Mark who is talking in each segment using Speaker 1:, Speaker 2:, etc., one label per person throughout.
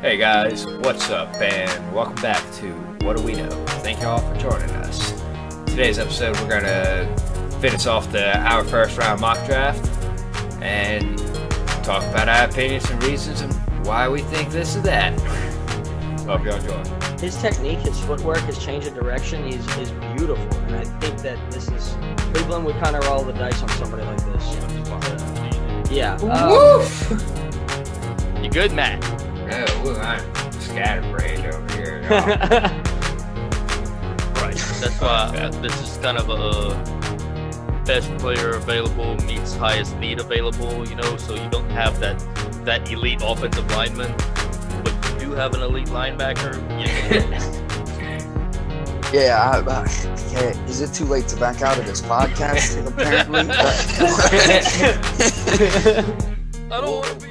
Speaker 1: Hey guys, what's up, and welcome back to What Do We Know? Thank y'all for joining us. Today's episode, we're gonna finish off the our first round mock draft and talk about our opinions and reasons and why we think this or that. Hope y'all enjoy.
Speaker 2: his technique, his footwork, his change of direction is is beautiful, and I think that this is Cleveland would kind of roll the dice on somebody like this. Yeah. Um,
Speaker 3: You good, Matt?
Speaker 1: Oh, look, I'm scatterbrained over here. y'all.
Speaker 2: yeah.
Speaker 3: Right. That's why uh, this is kind of a uh, best player available meets highest need available. You know, so you don't have that that elite offensive lineman, but you do have an elite linebacker. You know,
Speaker 4: Yeah, I, I, okay, is it too late to back out of this podcast? Apparently,
Speaker 3: I don't want to be.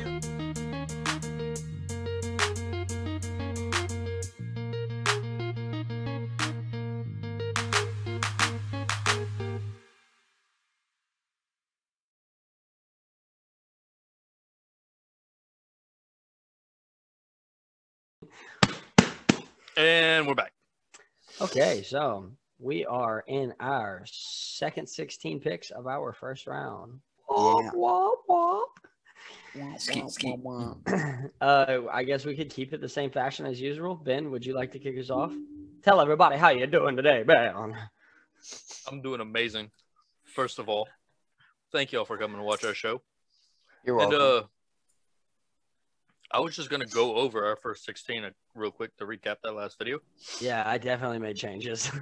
Speaker 3: And we're back.
Speaker 2: Okay, so we are in our second 16 picks of our first round.
Speaker 4: Yeah.
Speaker 2: Womp, womp,
Speaker 1: Skeet, skeet.
Speaker 2: womp. uh, I guess we could keep it the same fashion as usual. Ben, would you like to kick us off? Tell everybody how you doing today, Ben.
Speaker 3: I'm doing amazing. First of all, thank y'all for coming to watch our show.
Speaker 4: you're
Speaker 3: And
Speaker 4: welcome.
Speaker 3: uh, I was just gonna go over our first 16 uh, real quick to recap that last video.
Speaker 2: Yeah, I definitely made changes.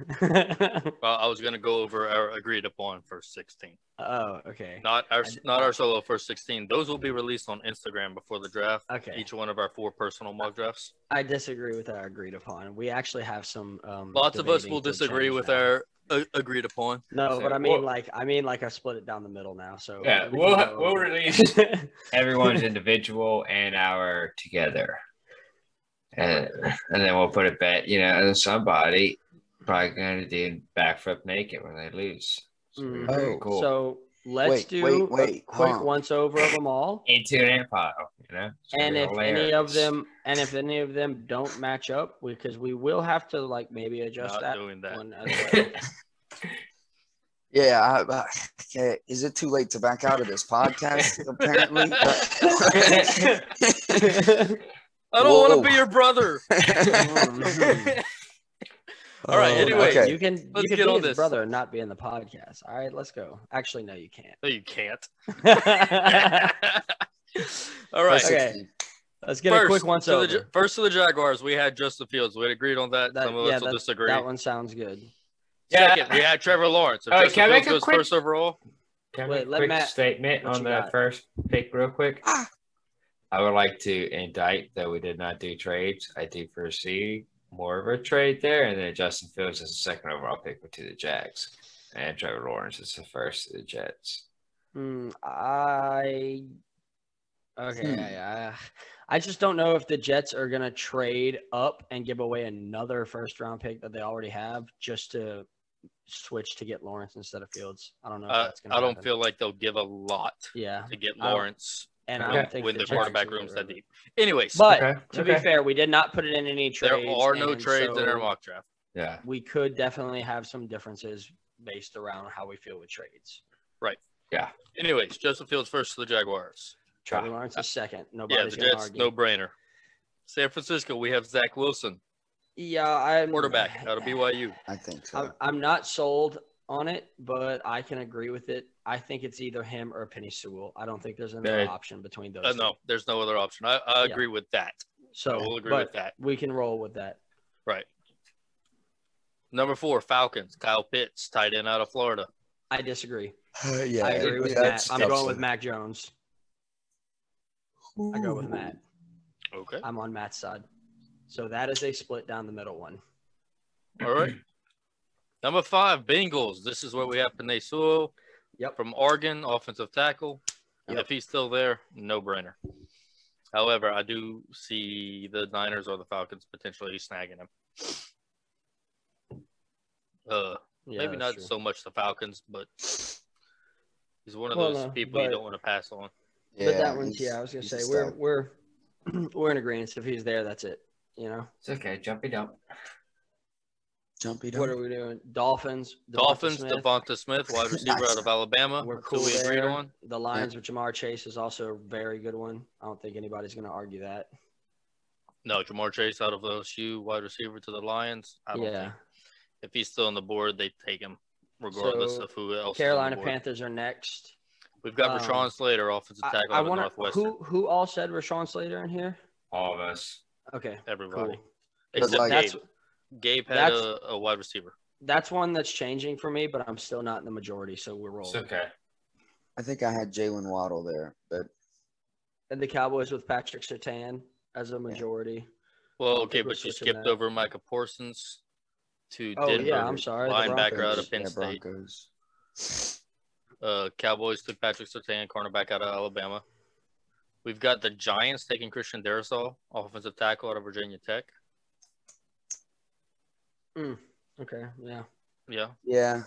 Speaker 3: Uh, I was gonna go over our agreed upon first 16,
Speaker 2: oh, okay.
Speaker 3: not our
Speaker 2: I-
Speaker 3: not our solo first 16. Those will be released on Instagram before the draft.
Speaker 2: Okay.
Speaker 3: Each one of our four personal mock drafts.
Speaker 2: I disagree with our agreed upon. We actually have some. Um,
Speaker 3: Lots of us
Speaker 2: debating
Speaker 3: will
Speaker 2: to
Speaker 3: disagree
Speaker 2: change
Speaker 3: with
Speaker 2: that.
Speaker 3: our uh, agreed upon.
Speaker 2: No,
Speaker 3: so-
Speaker 2: but I mean,
Speaker 3: Whoa.
Speaker 2: like, I mean, like, I split it down the middle now. So
Speaker 1: Yeah,
Speaker 2: we
Speaker 1: we'll,
Speaker 2: can go
Speaker 1: we'll
Speaker 2: over-
Speaker 1: release everyone's individual and our together. And, and then we'll put it back, you know, and somebody probably going to do backflip naked when they lose. So it'll be
Speaker 2: Mhm.
Speaker 1: pretty
Speaker 4: Oh,
Speaker 1: cool.
Speaker 2: So let's
Speaker 4: Wait,
Speaker 2: do
Speaker 4: wait, wait,
Speaker 2: a quick
Speaker 4: huh.
Speaker 2: once over of them all.
Speaker 1: into an ant pile, you know? It's gonna
Speaker 2: and
Speaker 1: be
Speaker 2: if any of
Speaker 1: hilarious.
Speaker 2: them, and if any of them don't match up, because we will have to like maybe adjust
Speaker 3: not
Speaker 2: that,
Speaker 3: doing that.
Speaker 2: one as well.
Speaker 4: yeah, I, I, okay, is it too late to back out of this podcast? Apparently,
Speaker 3: I don't want
Speaker 4: Whoa.
Speaker 3: to be your brother.
Speaker 2: Mhm.
Speaker 3: All right.
Speaker 4: Oh,
Speaker 3: Anyway,
Speaker 4: okay.
Speaker 2: you can you
Speaker 3: let's
Speaker 2: can
Speaker 3: get
Speaker 2: be
Speaker 3: on
Speaker 2: his
Speaker 3: this.
Speaker 2: brother and not be in the podcast. All right, let's go. Actually, no, you can't.
Speaker 3: no, you can't. All right.
Speaker 4: First
Speaker 2: Okay.
Speaker 4: 16.
Speaker 2: Let's get a quick once
Speaker 3: to the
Speaker 2: over.
Speaker 3: Ja- first to the Jaguars, we had Justin Fields. We had agreed on that.
Speaker 2: That-
Speaker 3: Some of
Speaker 2: yeah,
Speaker 3: us will
Speaker 2: that-
Speaker 3: disagree.
Speaker 2: That one sounds good.
Speaker 1: Yeah.
Speaker 3: Second, we had Trevor Lawrence. If
Speaker 1: All right,
Speaker 3: Justin
Speaker 1: can I make
Speaker 3: Fields
Speaker 1: a
Speaker 3: goes
Speaker 1: quick-
Speaker 3: first overall,
Speaker 1: Can I
Speaker 2: Wait,
Speaker 1: make a
Speaker 2: let
Speaker 1: quick
Speaker 2: Matt-
Speaker 1: statement
Speaker 2: what
Speaker 1: on
Speaker 2: you
Speaker 1: the
Speaker 2: got?
Speaker 1: first pick, real quick?
Speaker 4: Ah.
Speaker 1: I would like to indict that we did not do trades. I do foresee more of a trade there, and then Justin Fields is the second overall pick to the Jags, and Trevor Lawrence is the first to the Jets.
Speaker 2: Hmm, I okay.
Speaker 4: Hmm.
Speaker 2: I, uh, I just don't know if the Jets are gonna trade up and give away another first round pick that they already have just to switch to get Lawrence instead of Fields. I don't know. If
Speaker 3: uh,
Speaker 2: that's gonna
Speaker 3: I don't
Speaker 2: happen.
Speaker 3: feel like they'll give a lot
Speaker 2: Yeah,
Speaker 3: to get
Speaker 2: I don't-
Speaker 3: Lawrence
Speaker 2: and I
Speaker 1: Okay.
Speaker 2: don't think
Speaker 3: when
Speaker 2: the
Speaker 3: the
Speaker 2: Jets are
Speaker 3: quarterback
Speaker 2: gonna
Speaker 3: room's
Speaker 2: get
Speaker 3: that
Speaker 2: rid of
Speaker 3: deep.
Speaker 2: it.
Speaker 3: Anyways,
Speaker 2: But
Speaker 1: okay.
Speaker 2: to
Speaker 1: okay.
Speaker 2: be fair, we did not put it in any trades.
Speaker 3: there are no
Speaker 2: and
Speaker 3: trades in our
Speaker 2: so
Speaker 3: mock draft.
Speaker 1: Yeah.
Speaker 2: We could definitely have some differences based around how we feel with trades.
Speaker 3: Anyways, Justin Fields first to the Jaguars.
Speaker 2: Trevor
Speaker 1: Yeah.
Speaker 2: Lawrence is second.
Speaker 3: Yeah,
Speaker 2: Nobody's
Speaker 3: the
Speaker 2: gonna
Speaker 3: Jets,
Speaker 2: argue.
Speaker 3: no brainer. San Francisco, we have Zach Wilson,
Speaker 2: Yeah, I'm
Speaker 3: quarterback out of BYU.
Speaker 4: I think so.
Speaker 2: I'm, I'm not sold on it, but I can agree with it. I think it's either him or Penny Sewell. I don't think there's another
Speaker 1: Yeah.
Speaker 2: option between those.
Speaker 3: Uh, no, there's no other option. I, I
Speaker 2: Yeah.
Speaker 3: agree with that.
Speaker 2: two.
Speaker 3: I
Speaker 2: So
Speaker 3: will agree
Speaker 2: but
Speaker 3: with that.
Speaker 2: We can roll with that.
Speaker 3: Right. Number four, Falcons, Kyle Pitts, tight end out of Florida.
Speaker 2: I disagree.
Speaker 4: yeah,
Speaker 2: I agree with Matt.
Speaker 4: that's
Speaker 2: I'm going
Speaker 4: definitely-
Speaker 2: with Mac Jones. I go with Matt.
Speaker 3: Okay.
Speaker 2: I'm on Matt's side. So that is a split down the middle one.
Speaker 3: All right. Number five, Bengals. This is where we have Panay Sewell
Speaker 2: Yep.
Speaker 3: from Oregon, offensive tackle.
Speaker 2: Yep.
Speaker 3: If he's still there, no brainer. However, I do see the Niners or the Falcons potentially snagging him. Uh,
Speaker 2: Yeah,
Speaker 3: maybe
Speaker 2: that's
Speaker 3: not
Speaker 2: true.
Speaker 3: so much the Falcons, but he's one of
Speaker 2: Well,
Speaker 3: those
Speaker 2: no,
Speaker 3: people you
Speaker 2: but-
Speaker 3: don't want to pass on.
Speaker 2: but that one's
Speaker 4: he's-
Speaker 2: yeah. I was gonna
Speaker 4: he's
Speaker 2: say
Speaker 4: a
Speaker 2: we're
Speaker 4: stud.
Speaker 2: we're we're in agreement. If he's there, that's it. You know,
Speaker 1: It's okay. Jump it up.
Speaker 4: Jumpy
Speaker 2: what are
Speaker 4: dump.
Speaker 2: we doing? Dolphins, Devonta
Speaker 3: Dolphins,
Speaker 2: Smith.
Speaker 3: Devonta Smith, wide receiver out of Alabama.
Speaker 2: We're
Speaker 3: who
Speaker 2: cool
Speaker 3: we agreed
Speaker 2: there.
Speaker 3: on.
Speaker 2: The Lions with Jamar Chase is also a very good one. I don't think anybody's going to argue that.
Speaker 3: No, Jamar Chase out of LSU, wide receiver to the Lions. I don't
Speaker 2: Yeah.
Speaker 3: think if he's still on the board, they take him regardless
Speaker 2: So,
Speaker 3: of who else. is on the
Speaker 2: Carolina
Speaker 3: board.
Speaker 2: Panthers are next.
Speaker 3: We've got
Speaker 2: um,
Speaker 3: Rashawn Slater, offensive
Speaker 2: I,
Speaker 3: tackle
Speaker 2: I
Speaker 3: out of
Speaker 2: want to.
Speaker 3: Northwestern.
Speaker 2: Who who all said Rashawn Slater in here?
Speaker 1: All of us.
Speaker 2: Okay,
Speaker 3: everybody
Speaker 2: cool.
Speaker 3: except
Speaker 4: like-
Speaker 2: That's
Speaker 3: Gabe. Gabe had
Speaker 2: that's-
Speaker 3: a, a wide receiver.
Speaker 2: that's one that's changing for me, but I'm still not in the majority, so we're
Speaker 1: It's
Speaker 2: rolling.
Speaker 1: okay.
Speaker 4: I think I had Jalen Waddle there, but
Speaker 2: and the Cowboys with Patrick Sertan as a majority.
Speaker 3: Well,
Speaker 2: I
Speaker 3: okay,
Speaker 2: think we're
Speaker 3: but you
Speaker 2: switching
Speaker 3: skipped
Speaker 2: that.
Speaker 3: over Micah Parsons to
Speaker 2: Oh,
Speaker 3: Denver.
Speaker 2: yeah, I'm sorry, the
Speaker 3: Linebacker out
Speaker 2: Broncos.
Speaker 3: of Penn
Speaker 4: yeah,
Speaker 3: State.
Speaker 4: Broncos.
Speaker 3: Uh, Cowboys took Patrick Sertan, cornerback out of Alabama. We've got the Giants taking Christian Darisaw, offensive tackle out of Virginia Tech.
Speaker 2: Okay, yeah,
Speaker 3: Yeah,
Speaker 4: Yeah,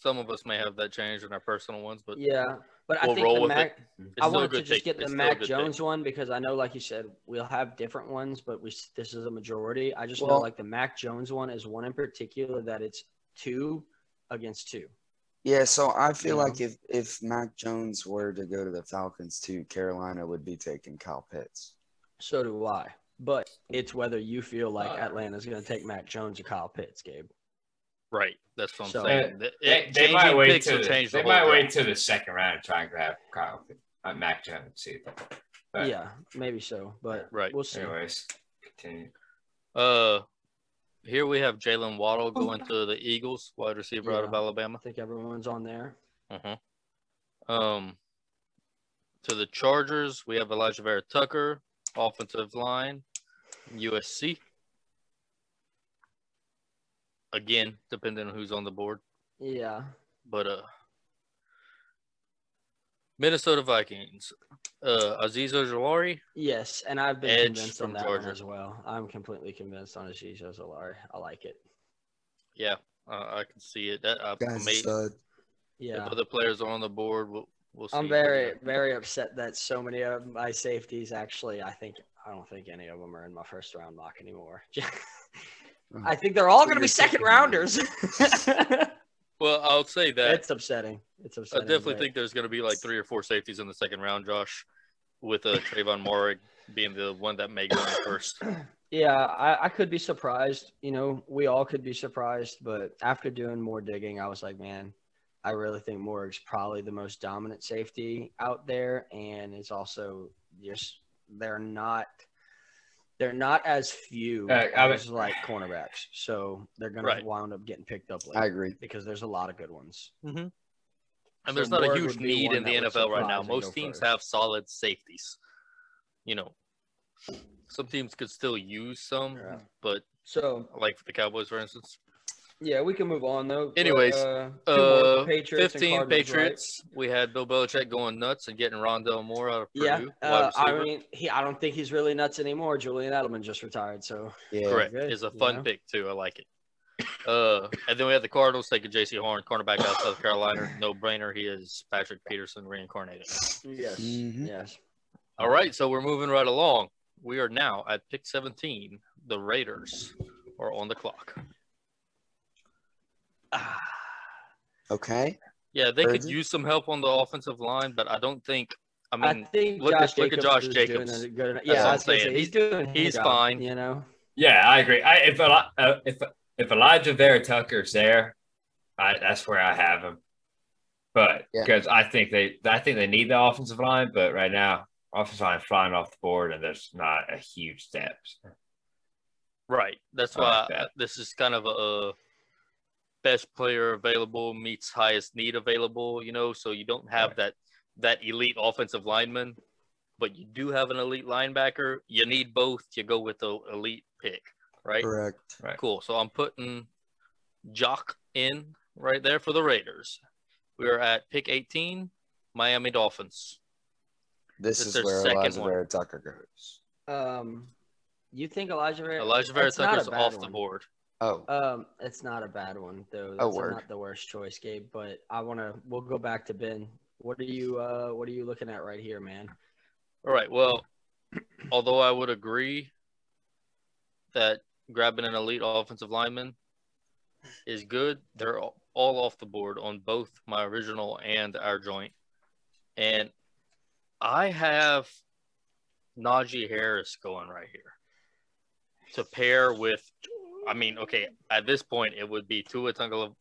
Speaker 3: some of us may have that change in our personal ones, but
Speaker 2: yeah. But I
Speaker 3: We'll
Speaker 2: think
Speaker 3: roll
Speaker 2: the
Speaker 3: with
Speaker 2: Mac.
Speaker 3: it's
Speaker 2: I
Speaker 3: still a
Speaker 2: wanted
Speaker 3: good
Speaker 2: to just get
Speaker 3: pick.
Speaker 2: the
Speaker 3: It's still a good
Speaker 2: Mac
Speaker 3: pick.
Speaker 2: Jones one because I know, like you said, we'll have different ones, but we s- this is a majority. I just know
Speaker 4: Well-
Speaker 2: like the Mac Jones one is one in particular that it's two against two.
Speaker 4: yeah. So I feel
Speaker 2: Yeah.
Speaker 4: like if if Mac Jones were to go to the Falcons too, Carolina would be taking Kyle Pitts.
Speaker 2: So do I. But it's whether you feel like
Speaker 1: Uh,
Speaker 2: Atlanta's going to take Mac Jones or Kyle Pitts, Gabe.
Speaker 3: Right, that's what I'm
Speaker 2: So-
Speaker 3: saying. The-
Speaker 1: They,
Speaker 3: it-
Speaker 1: they might
Speaker 3: changing
Speaker 1: wait
Speaker 3: picks
Speaker 1: till
Speaker 3: will
Speaker 1: the,
Speaker 3: change the
Speaker 1: they
Speaker 3: whole
Speaker 1: might wait
Speaker 3: draft.
Speaker 1: till the second round and try and grab Kyle uh, Mac Jones either. But
Speaker 2: Yeah, maybe so, but
Speaker 3: Right.
Speaker 2: we'll see.
Speaker 1: anyways, continue.
Speaker 3: Uh, here we have Jalen Waddle going to the Eagles, wide receiver out of
Speaker 2: Oh, Yeah.
Speaker 3: Alabama.
Speaker 2: I think everyone's on there.
Speaker 3: Mm-hmm. Um, to the Chargers, we have Elijah Vera Tucker, offensive line, USC. Again, depending on who's on the board,
Speaker 2: Yeah.
Speaker 3: but uh, Minnesota Vikings, uh, Aziz Ojolari,
Speaker 2: Yes, and I've been
Speaker 3: Edge
Speaker 2: convinced on
Speaker 3: from
Speaker 2: that
Speaker 3: Georgia.
Speaker 2: one as well. I'm completely convinced on Aziz Ojolari. I like it.
Speaker 3: yeah, uh, I can see it. That uh,
Speaker 4: Guys,
Speaker 3: mate,
Speaker 4: uh,
Speaker 2: Yeah.
Speaker 3: if other players are on the board, we'll, we'll see.
Speaker 2: I'm very, very upset that so many of my safeties actually, I think, I don't think any of them are in my first round mock anymore. I think they're all going to be
Speaker 4: You're
Speaker 2: second
Speaker 4: taking them.
Speaker 2: rounders.
Speaker 3: Well, I'll say that
Speaker 2: It's upsetting. It's
Speaker 3: I
Speaker 2: upsetting.
Speaker 3: definitely
Speaker 2: but-
Speaker 3: think there's going to be like three or four safeties in the second round, Josh, with uh, Trayvon Morrig being the one that may go in first.
Speaker 2: Yeah, I, I could be surprised. You know, we all could be surprised. But after doing more digging, I was like, man, I really think Morg's probably the most dominant safety out there, and it's also just they're not they're not as few
Speaker 1: Uh, I was-
Speaker 2: as like cornerbacks, so they're gonna
Speaker 3: Right.
Speaker 2: wind up getting picked up late
Speaker 4: I agree.
Speaker 2: because there's a lot of good ones.
Speaker 3: And there's
Speaker 2: So
Speaker 3: not a
Speaker 2: Morrig
Speaker 3: huge
Speaker 2: would be
Speaker 3: need
Speaker 2: one
Speaker 3: in the
Speaker 2: that would
Speaker 3: NFL right
Speaker 2: surprise
Speaker 3: now.
Speaker 2: and go
Speaker 3: Most teams
Speaker 2: first.
Speaker 3: have solid safeties. You know, some teams could still use some,
Speaker 2: Yeah.
Speaker 3: but
Speaker 2: So
Speaker 3: like for the Cowboys, for instance,
Speaker 2: yeah, we can move on though.
Speaker 3: Anyways,
Speaker 2: uh, two more,
Speaker 3: uh,
Speaker 2: Patriots and
Speaker 3: 15
Speaker 2: Cardinals, right?
Speaker 3: Patriots. We had Bill Belichick going nuts and getting Rondell Moore out of Purdue.
Speaker 2: Yeah,
Speaker 3: wide
Speaker 2: uh, I
Speaker 3: receiver.
Speaker 2: mean, he, I don't think he's really nuts anymore. Julian Edelman just retired, so
Speaker 4: Yeah.
Speaker 3: Correct.
Speaker 2: good,
Speaker 3: It's a
Speaker 2: you
Speaker 3: fun
Speaker 2: know?
Speaker 3: pick too. I like it. Uh, and then we have the Cardinals taking J.C. Horn, cornerback out of South Carolina. No brainer. He is Patrick Peterson reincarnated.
Speaker 2: yes,
Speaker 4: Mhm.
Speaker 2: yes.
Speaker 3: All right, so we're moving right along. We are now at pick 17. The Raiders are on the clock.
Speaker 2: Ah,
Speaker 4: Okay.
Speaker 3: Yeah, they could
Speaker 4: Urgent.
Speaker 3: use some help on the offensive line, but I don't think. I
Speaker 2: I,
Speaker 3: mean,
Speaker 2: think
Speaker 3: look at-
Speaker 2: Josh
Speaker 3: look at
Speaker 2: Jacobs
Speaker 3: Josh
Speaker 2: is doing
Speaker 3: Jacobs.
Speaker 2: a good enough-
Speaker 3: That's
Speaker 2: Yeah,
Speaker 3: what
Speaker 2: I
Speaker 3: I'm
Speaker 2: was gonna say,
Speaker 3: saying.
Speaker 2: he's doing. his
Speaker 3: he's
Speaker 2: job,
Speaker 3: fine.
Speaker 2: you know.
Speaker 1: Yeah, I agree. I, if, Eli- uh, if if Elijah Vera Tucker's there, I, that's where I have him. But
Speaker 4: Yeah.
Speaker 1: because I think they, I think they need the offensive line. But right now, offensive line flying off the board, and there's not a huge step.
Speaker 3: right. That's
Speaker 1: I
Speaker 3: why
Speaker 1: like that.
Speaker 3: this is kind of a best player available meets highest need available. You know, so you don't have
Speaker 1: Right.
Speaker 3: that that elite offensive lineman, but you do have an elite linebacker. You need both. You go with the elite pick, right?
Speaker 4: Correct.
Speaker 1: Right.
Speaker 3: Cool. So I'm putting Jock in right there for the Raiders. We're at pick 18, Miami Dolphins.
Speaker 4: This
Speaker 3: It's
Speaker 4: is
Speaker 3: their
Speaker 4: where
Speaker 3: second
Speaker 4: Elijah
Speaker 3: one.
Speaker 4: Vera Tucker goes.
Speaker 2: Um, you think Elijah Vera?
Speaker 3: Elijah Vera
Speaker 2: that's not a
Speaker 3: Tucker's
Speaker 2: bad
Speaker 3: off the
Speaker 2: one.
Speaker 3: board.
Speaker 4: Oh,
Speaker 2: Um, it's not a bad one though. That's
Speaker 4: word.
Speaker 2: not the worst choice, Gabe. But I want to. We'll go back to Ben. What are you? Uh, what are you looking at right here, man?
Speaker 3: All right. Well, although I would agree that grabbing an elite offensive lineman is good, they're all all off the board on both my original and our joint. And I have Najee Harris going right here to pair with. I mean, okay, at this point, it would be Tua Tungavaloa,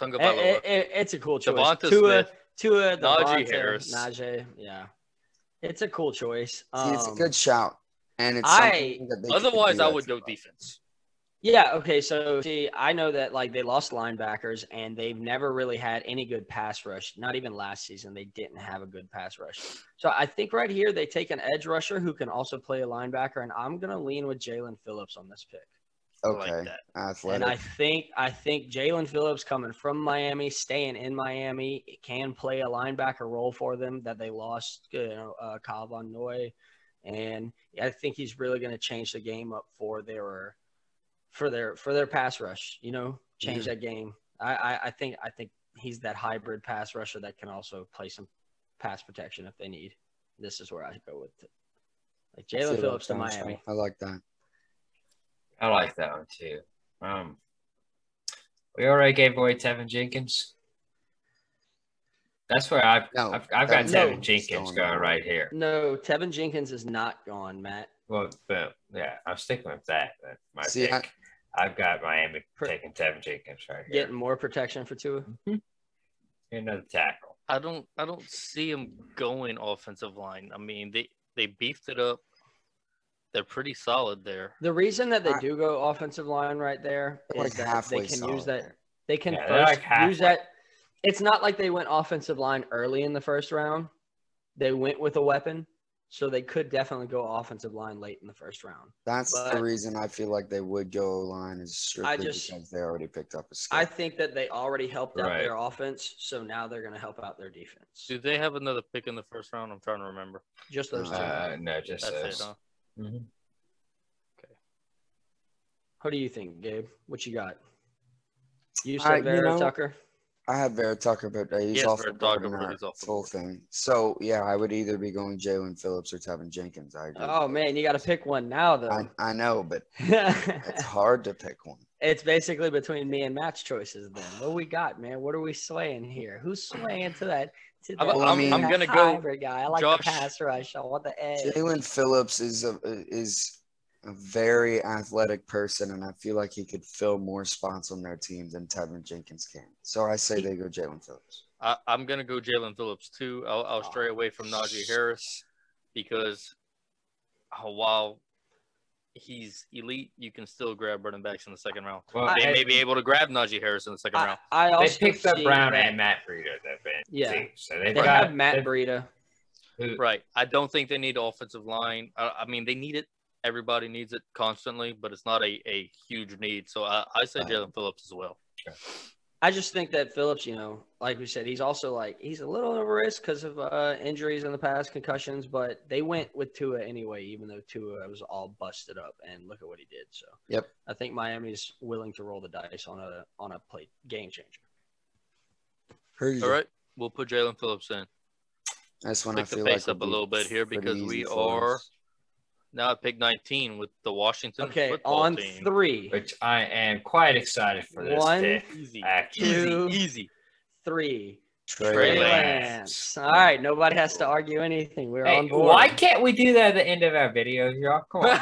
Speaker 2: It- it- it- it's a cool choice.
Speaker 3: Devonta
Speaker 2: Tua,
Speaker 3: Smith,
Speaker 2: Tua,
Speaker 3: Najee
Speaker 2: Devonta,
Speaker 3: Harris.
Speaker 2: Najee, yeah, it's a cool choice.
Speaker 4: See,
Speaker 2: Um,
Speaker 4: it's a good shout, and it's
Speaker 2: I-
Speaker 4: something that they could
Speaker 3: Otherwise,
Speaker 4: do
Speaker 3: I
Speaker 4: that.
Speaker 3: would go defense.
Speaker 2: Yeah. Okay. So see, I know that like they lost linebackers and they've never really had any good pass rush. Not even last season, they didn't have a good pass rush. So I think right here they take an edge rusher who can also play a linebacker, and I'm gonna lean with Jalen Phillips on this pick.
Speaker 3: I
Speaker 4: Okay,
Speaker 3: like that.
Speaker 4: athletic.
Speaker 2: And I think I think Jalen Phillips coming from Miami, staying in Miami, it can play a linebacker role for them that they lost, you know, uh, Kyle Von Noy, and I think he's really going to change the game up for their for their for their pass rush. You know, change that game. I, I I think I think he's that hybrid pass rusher that can also play some pass protection if they need. This is where I go with it. like
Speaker 4: See what
Speaker 2: Jalen
Speaker 4: I'm
Speaker 2: Phillips to
Speaker 4: saying, so
Speaker 2: Miami.
Speaker 4: I like that.
Speaker 1: I like that one too. Um, we already gave away Tevin Jenkins. That's where I've
Speaker 4: No,
Speaker 1: I've, I've got
Speaker 4: Tevin
Speaker 1: Tevin
Speaker 4: Jenkins is
Speaker 1: Jenkins
Speaker 4: going
Speaker 1: going
Speaker 4: on.
Speaker 1: right here.
Speaker 2: No, Tevin Jenkins is not gone, Matt.
Speaker 1: Well, but yeah, I'm sticking with that. But my
Speaker 4: See, I-
Speaker 1: pick. I, have got Miami
Speaker 2: Per-
Speaker 1: taking Tevin Jenkins right here.
Speaker 2: getting more protection for Tua.
Speaker 1: Another tackle.
Speaker 3: I don't I don't see them going offensive line. I mean, they they beefed it up. They're pretty solid there.
Speaker 2: The reason that they
Speaker 4: I-
Speaker 2: do go offensive line right there
Speaker 4: They're
Speaker 2: is
Speaker 4: like
Speaker 2: that
Speaker 4: halfway
Speaker 2: they can
Speaker 4: solid
Speaker 2: use that.
Speaker 4: there.
Speaker 2: They can
Speaker 1: Yeah, they're
Speaker 2: first
Speaker 1: like
Speaker 2: use
Speaker 1: halfway.
Speaker 2: that. It's not like they went offensive line early in the first round. They went with a weapon, so they could definitely go offensive line late in the first round.
Speaker 4: That's the
Speaker 2: but-
Speaker 4: reason I feel like they would go line is strictly
Speaker 2: just-
Speaker 4: because they already picked up a skill.
Speaker 2: I think that they already helped out
Speaker 1: Right.
Speaker 2: their offense, so now they're going to help out their defense.
Speaker 3: Do they have another pick in the first round? I'm trying to remember.
Speaker 2: Just those two.
Speaker 1: Uh, no, just
Speaker 3: That's it.
Speaker 1: those.
Speaker 3: Huh?
Speaker 1: Mhm.
Speaker 2: Who do you think, Gabe? What you got? You
Speaker 4: I-
Speaker 2: said
Speaker 4: you
Speaker 2: Vera
Speaker 4: know-
Speaker 2: Tucker.
Speaker 4: I had Vera Tucker, but uh, he's
Speaker 3: Yes,
Speaker 4: off
Speaker 3: Vera
Speaker 4: the board
Speaker 3: Tucker,
Speaker 4: in
Speaker 3: but
Speaker 4: our
Speaker 3: he's off the
Speaker 4: full
Speaker 3: board.
Speaker 4: thing. So yeah, I would either be going Jalen Phillips or Tevin Jenkins. I agree.
Speaker 2: Oh man, you got to pick one now,
Speaker 4: I,
Speaker 2: though.
Speaker 4: uh, I know, but it's hard to pick one.
Speaker 2: It's basically between me and Matt's choices then. What we got, man? What are we slaying here? Who's slaying to that? To
Speaker 3: I'm,
Speaker 2: that
Speaker 4: Well, I
Speaker 3: I'm,
Speaker 4: mean-
Speaker 3: I'm
Speaker 2: that
Speaker 3: gonna go.
Speaker 2: hybrid guy. I like the
Speaker 3: Josh-
Speaker 2: pass rush. I want the edge.
Speaker 4: Jalen Phillips is a is a very athletic person, and I feel like he could fill more spots on their team than Tevin Jenkins can. So I say they go Jalen Phillips.
Speaker 3: I, I'm gonna go Jalen Phillips too. I'll, I'll stray away from Najee Harris because uh, while he's elite, you can still grab running backs in the second round.
Speaker 1: Well,
Speaker 2: I-
Speaker 3: They may
Speaker 1: they,
Speaker 3: be able to grab Najee Harris in the second
Speaker 2: I,
Speaker 3: round.
Speaker 2: I
Speaker 1: they
Speaker 2: also
Speaker 1: picked up
Speaker 2: see
Speaker 1: Brown
Speaker 2: that
Speaker 1: and Matt Breida. That been
Speaker 2: Yeah.
Speaker 1: too, so they've
Speaker 2: They
Speaker 1: got
Speaker 2: have Matt
Speaker 1: they've-
Speaker 2: Breida.
Speaker 1: who-
Speaker 3: Right. I don't think they need offensive line. I, I mean, they need it. Everybody needs it constantly, but it's not a, a huge need. So I, I say
Speaker 4: Right.
Speaker 3: Jalen Phillips as well.
Speaker 2: I just think that Phillips, you know, like we said, he's also like he's a little over risk because of uh, injuries in the past, concussions. But they went with Tua anyway, even though Tua was all busted up, and look at what he did. So,
Speaker 4: Yep.
Speaker 2: I think Miami's willing to roll the dice on a on a play game changer.
Speaker 4: Heard
Speaker 3: All right. We'll put Jalen Phillips in.
Speaker 4: That's when I
Speaker 3: Pick the
Speaker 4: feel
Speaker 3: pace
Speaker 4: like
Speaker 3: up a
Speaker 4: it'd be
Speaker 3: little bit here
Speaker 4: pretty
Speaker 3: because
Speaker 4: easy
Speaker 3: we
Speaker 4: for us.
Speaker 3: Now I pick 19 with the Washington
Speaker 2: Okay,
Speaker 3: football
Speaker 2: on
Speaker 3: team.
Speaker 2: three,
Speaker 1: which I am quite excited for this
Speaker 2: One.
Speaker 1: pick.
Speaker 3: Easy.
Speaker 1: Actually,
Speaker 2: Two.
Speaker 3: Easy. Easy.
Speaker 2: three.
Speaker 4: Trey
Speaker 3: Trey
Speaker 2: Trey Lance.
Speaker 4: Lance.
Speaker 2: All right, nobody has to argue anything. We're
Speaker 1: Hey,
Speaker 2: on board.
Speaker 1: why can't we do that at the end of our videos, y'all? Come on.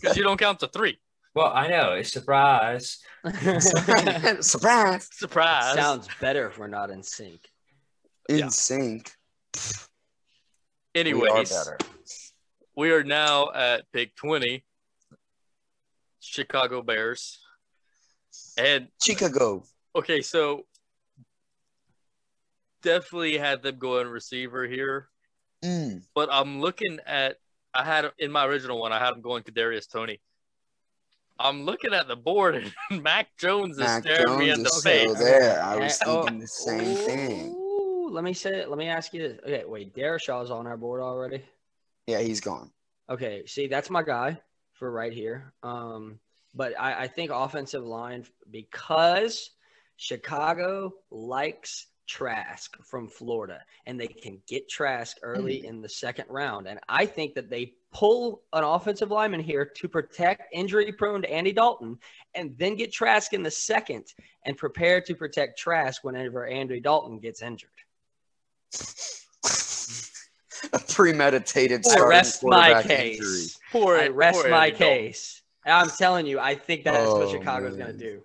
Speaker 3: Because you don't count to three.
Speaker 1: well, I know it's surprise.
Speaker 4: Surprise!
Speaker 3: Surprise.
Speaker 2: Sounds better if we're not in sync.
Speaker 4: In
Speaker 3: Yeah.
Speaker 4: sync. we are
Speaker 3: Anyways,
Speaker 4: better.
Speaker 3: we are now at pick 20. Chicago Bears. And
Speaker 4: Chicago.
Speaker 3: Okay, so definitely had them going receiver here,
Speaker 4: Mm.
Speaker 3: but I'm looking at I had in my original one I had them going Kadarius Tony. I'm looking at the board and Mac Jones is
Speaker 4: Mac
Speaker 3: staring me
Speaker 4: Jones
Speaker 3: in the
Speaker 4: is
Speaker 3: face.
Speaker 4: still there. I was
Speaker 2: Eh, oh,
Speaker 4: thinking the same thing.
Speaker 2: Ooh, let me say. Let me ask you this. Okay, wait. Derrishaw's on our board already.
Speaker 4: Yeah, he's gone.
Speaker 2: Okay, see, that's my guy for right here. Um, but I, I think offensive line because Chicago likes Trask from Florida, and they can get Trask early in the second round. And I think that they pull an offensive lineman here to protect injury prone Andy Dalton and then get Trask in the second and prepare to protect Trask whenever Andy Dalton gets injured.
Speaker 4: a premeditated
Speaker 2: I
Speaker 4: starting
Speaker 2: rest my
Speaker 4: quarterback
Speaker 2: case.
Speaker 4: injury.
Speaker 3: Poor,
Speaker 2: I rest
Speaker 3: poor
Speaker 2: my
Speaker 3: Andy Dalton.
Speaker 2: case. And I'm telling you, I think that's what
Speaker 4: Oh,
Speaker 2: Chicago's going
Speaker 4: man.
Speaker 2: to do.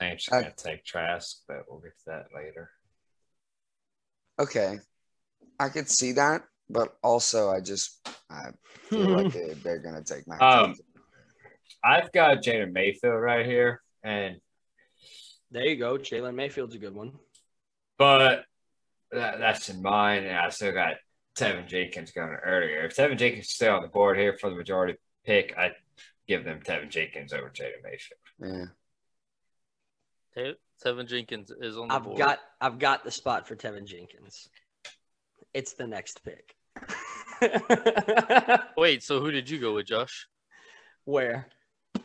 Speaker 1: I think she's
Speaker 4: I-
Speaker 1: gonna take Trask, but we'll get to that later.
Speaker 4: Okay, I could see that, but also I just I feel like they, they're gonna take my.
Speaker 1: Um, I've got Jaden Mayfield right here, and
Speaker 2: There you go. Jalen Mayfield's a good one.
Speaker 1: but that, that's in mind, and I still got Tevin Jenkins going earlier. If Tevin Jenkins is still on the board here for the majority pick, I give them Tevin Jenkins over Jaden Mayfield.
Speaker 4: yeah.
Speaker 3: Te- Tevin Jenkins is on the
Speaker 2: I've
Speaker 3: board.
Speaker 2: got I've got the spot for Tevin Jenkins. It's the next pick.
Speaker 3: Wait, so who did you go with, Josh?
Speaker 2: Where?
Speaker 1: Oh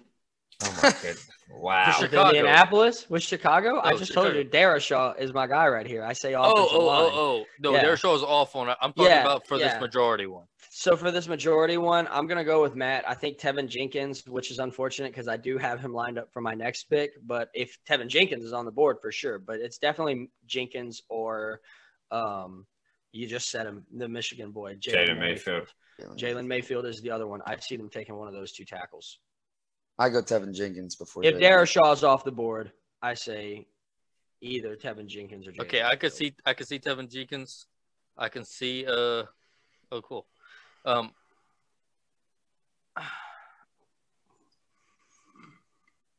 Speaker 1: my goodness! Wow.
Speaker 3: For
Speaker 2: With
Speaker 3: Chicago.
Speaker 2: Indianapolis? With Chicago? I
Speaker 3: Oh,
Speaker 2: just told
Speaker 3: Chicago.
Speaker 2: you Darashaw is my guy right here. I say
Speaker 3: Oh,
Speaker 2: offensive
Speaker 3: oh, oh,
Speaker 2: line.
Speaker 3: oh. No,
Speaker 2: Yeah.
Speaker 3: their show is off on it. I'm talking
Speaker 2: Yeah,
Speaker 3: about for
Speaker 2: yeah.
Speaker 3: this majority one.
Speaker 2: So for this majority one, I'm gonna go with Matt. I think Tevin Jenkins, which is unfortunate because I do have him lined up for my next pick. But if Tevin Jenkins is on the board for sure, but it's definitely Jenkins or um, you just said him, the Michigan boy,
Speaker 1: Jaden Mayfield.
Speaker 2: Jalen Mayfield is the other one. I see them taking one of those two tackles.
Speaker 4: I go Tevin Jenkins before.
Speaker 2: If
Speaker 4: Jalen.
Speaker 2: Darashaw's off the board, I say either Tevin Jenkins or Jalen.
Speaker 3: Okay, I
Speaker 2: Mayfield.
Speaker 3: could see I could see Tevin Jenkins. I can see uh oh cool. Um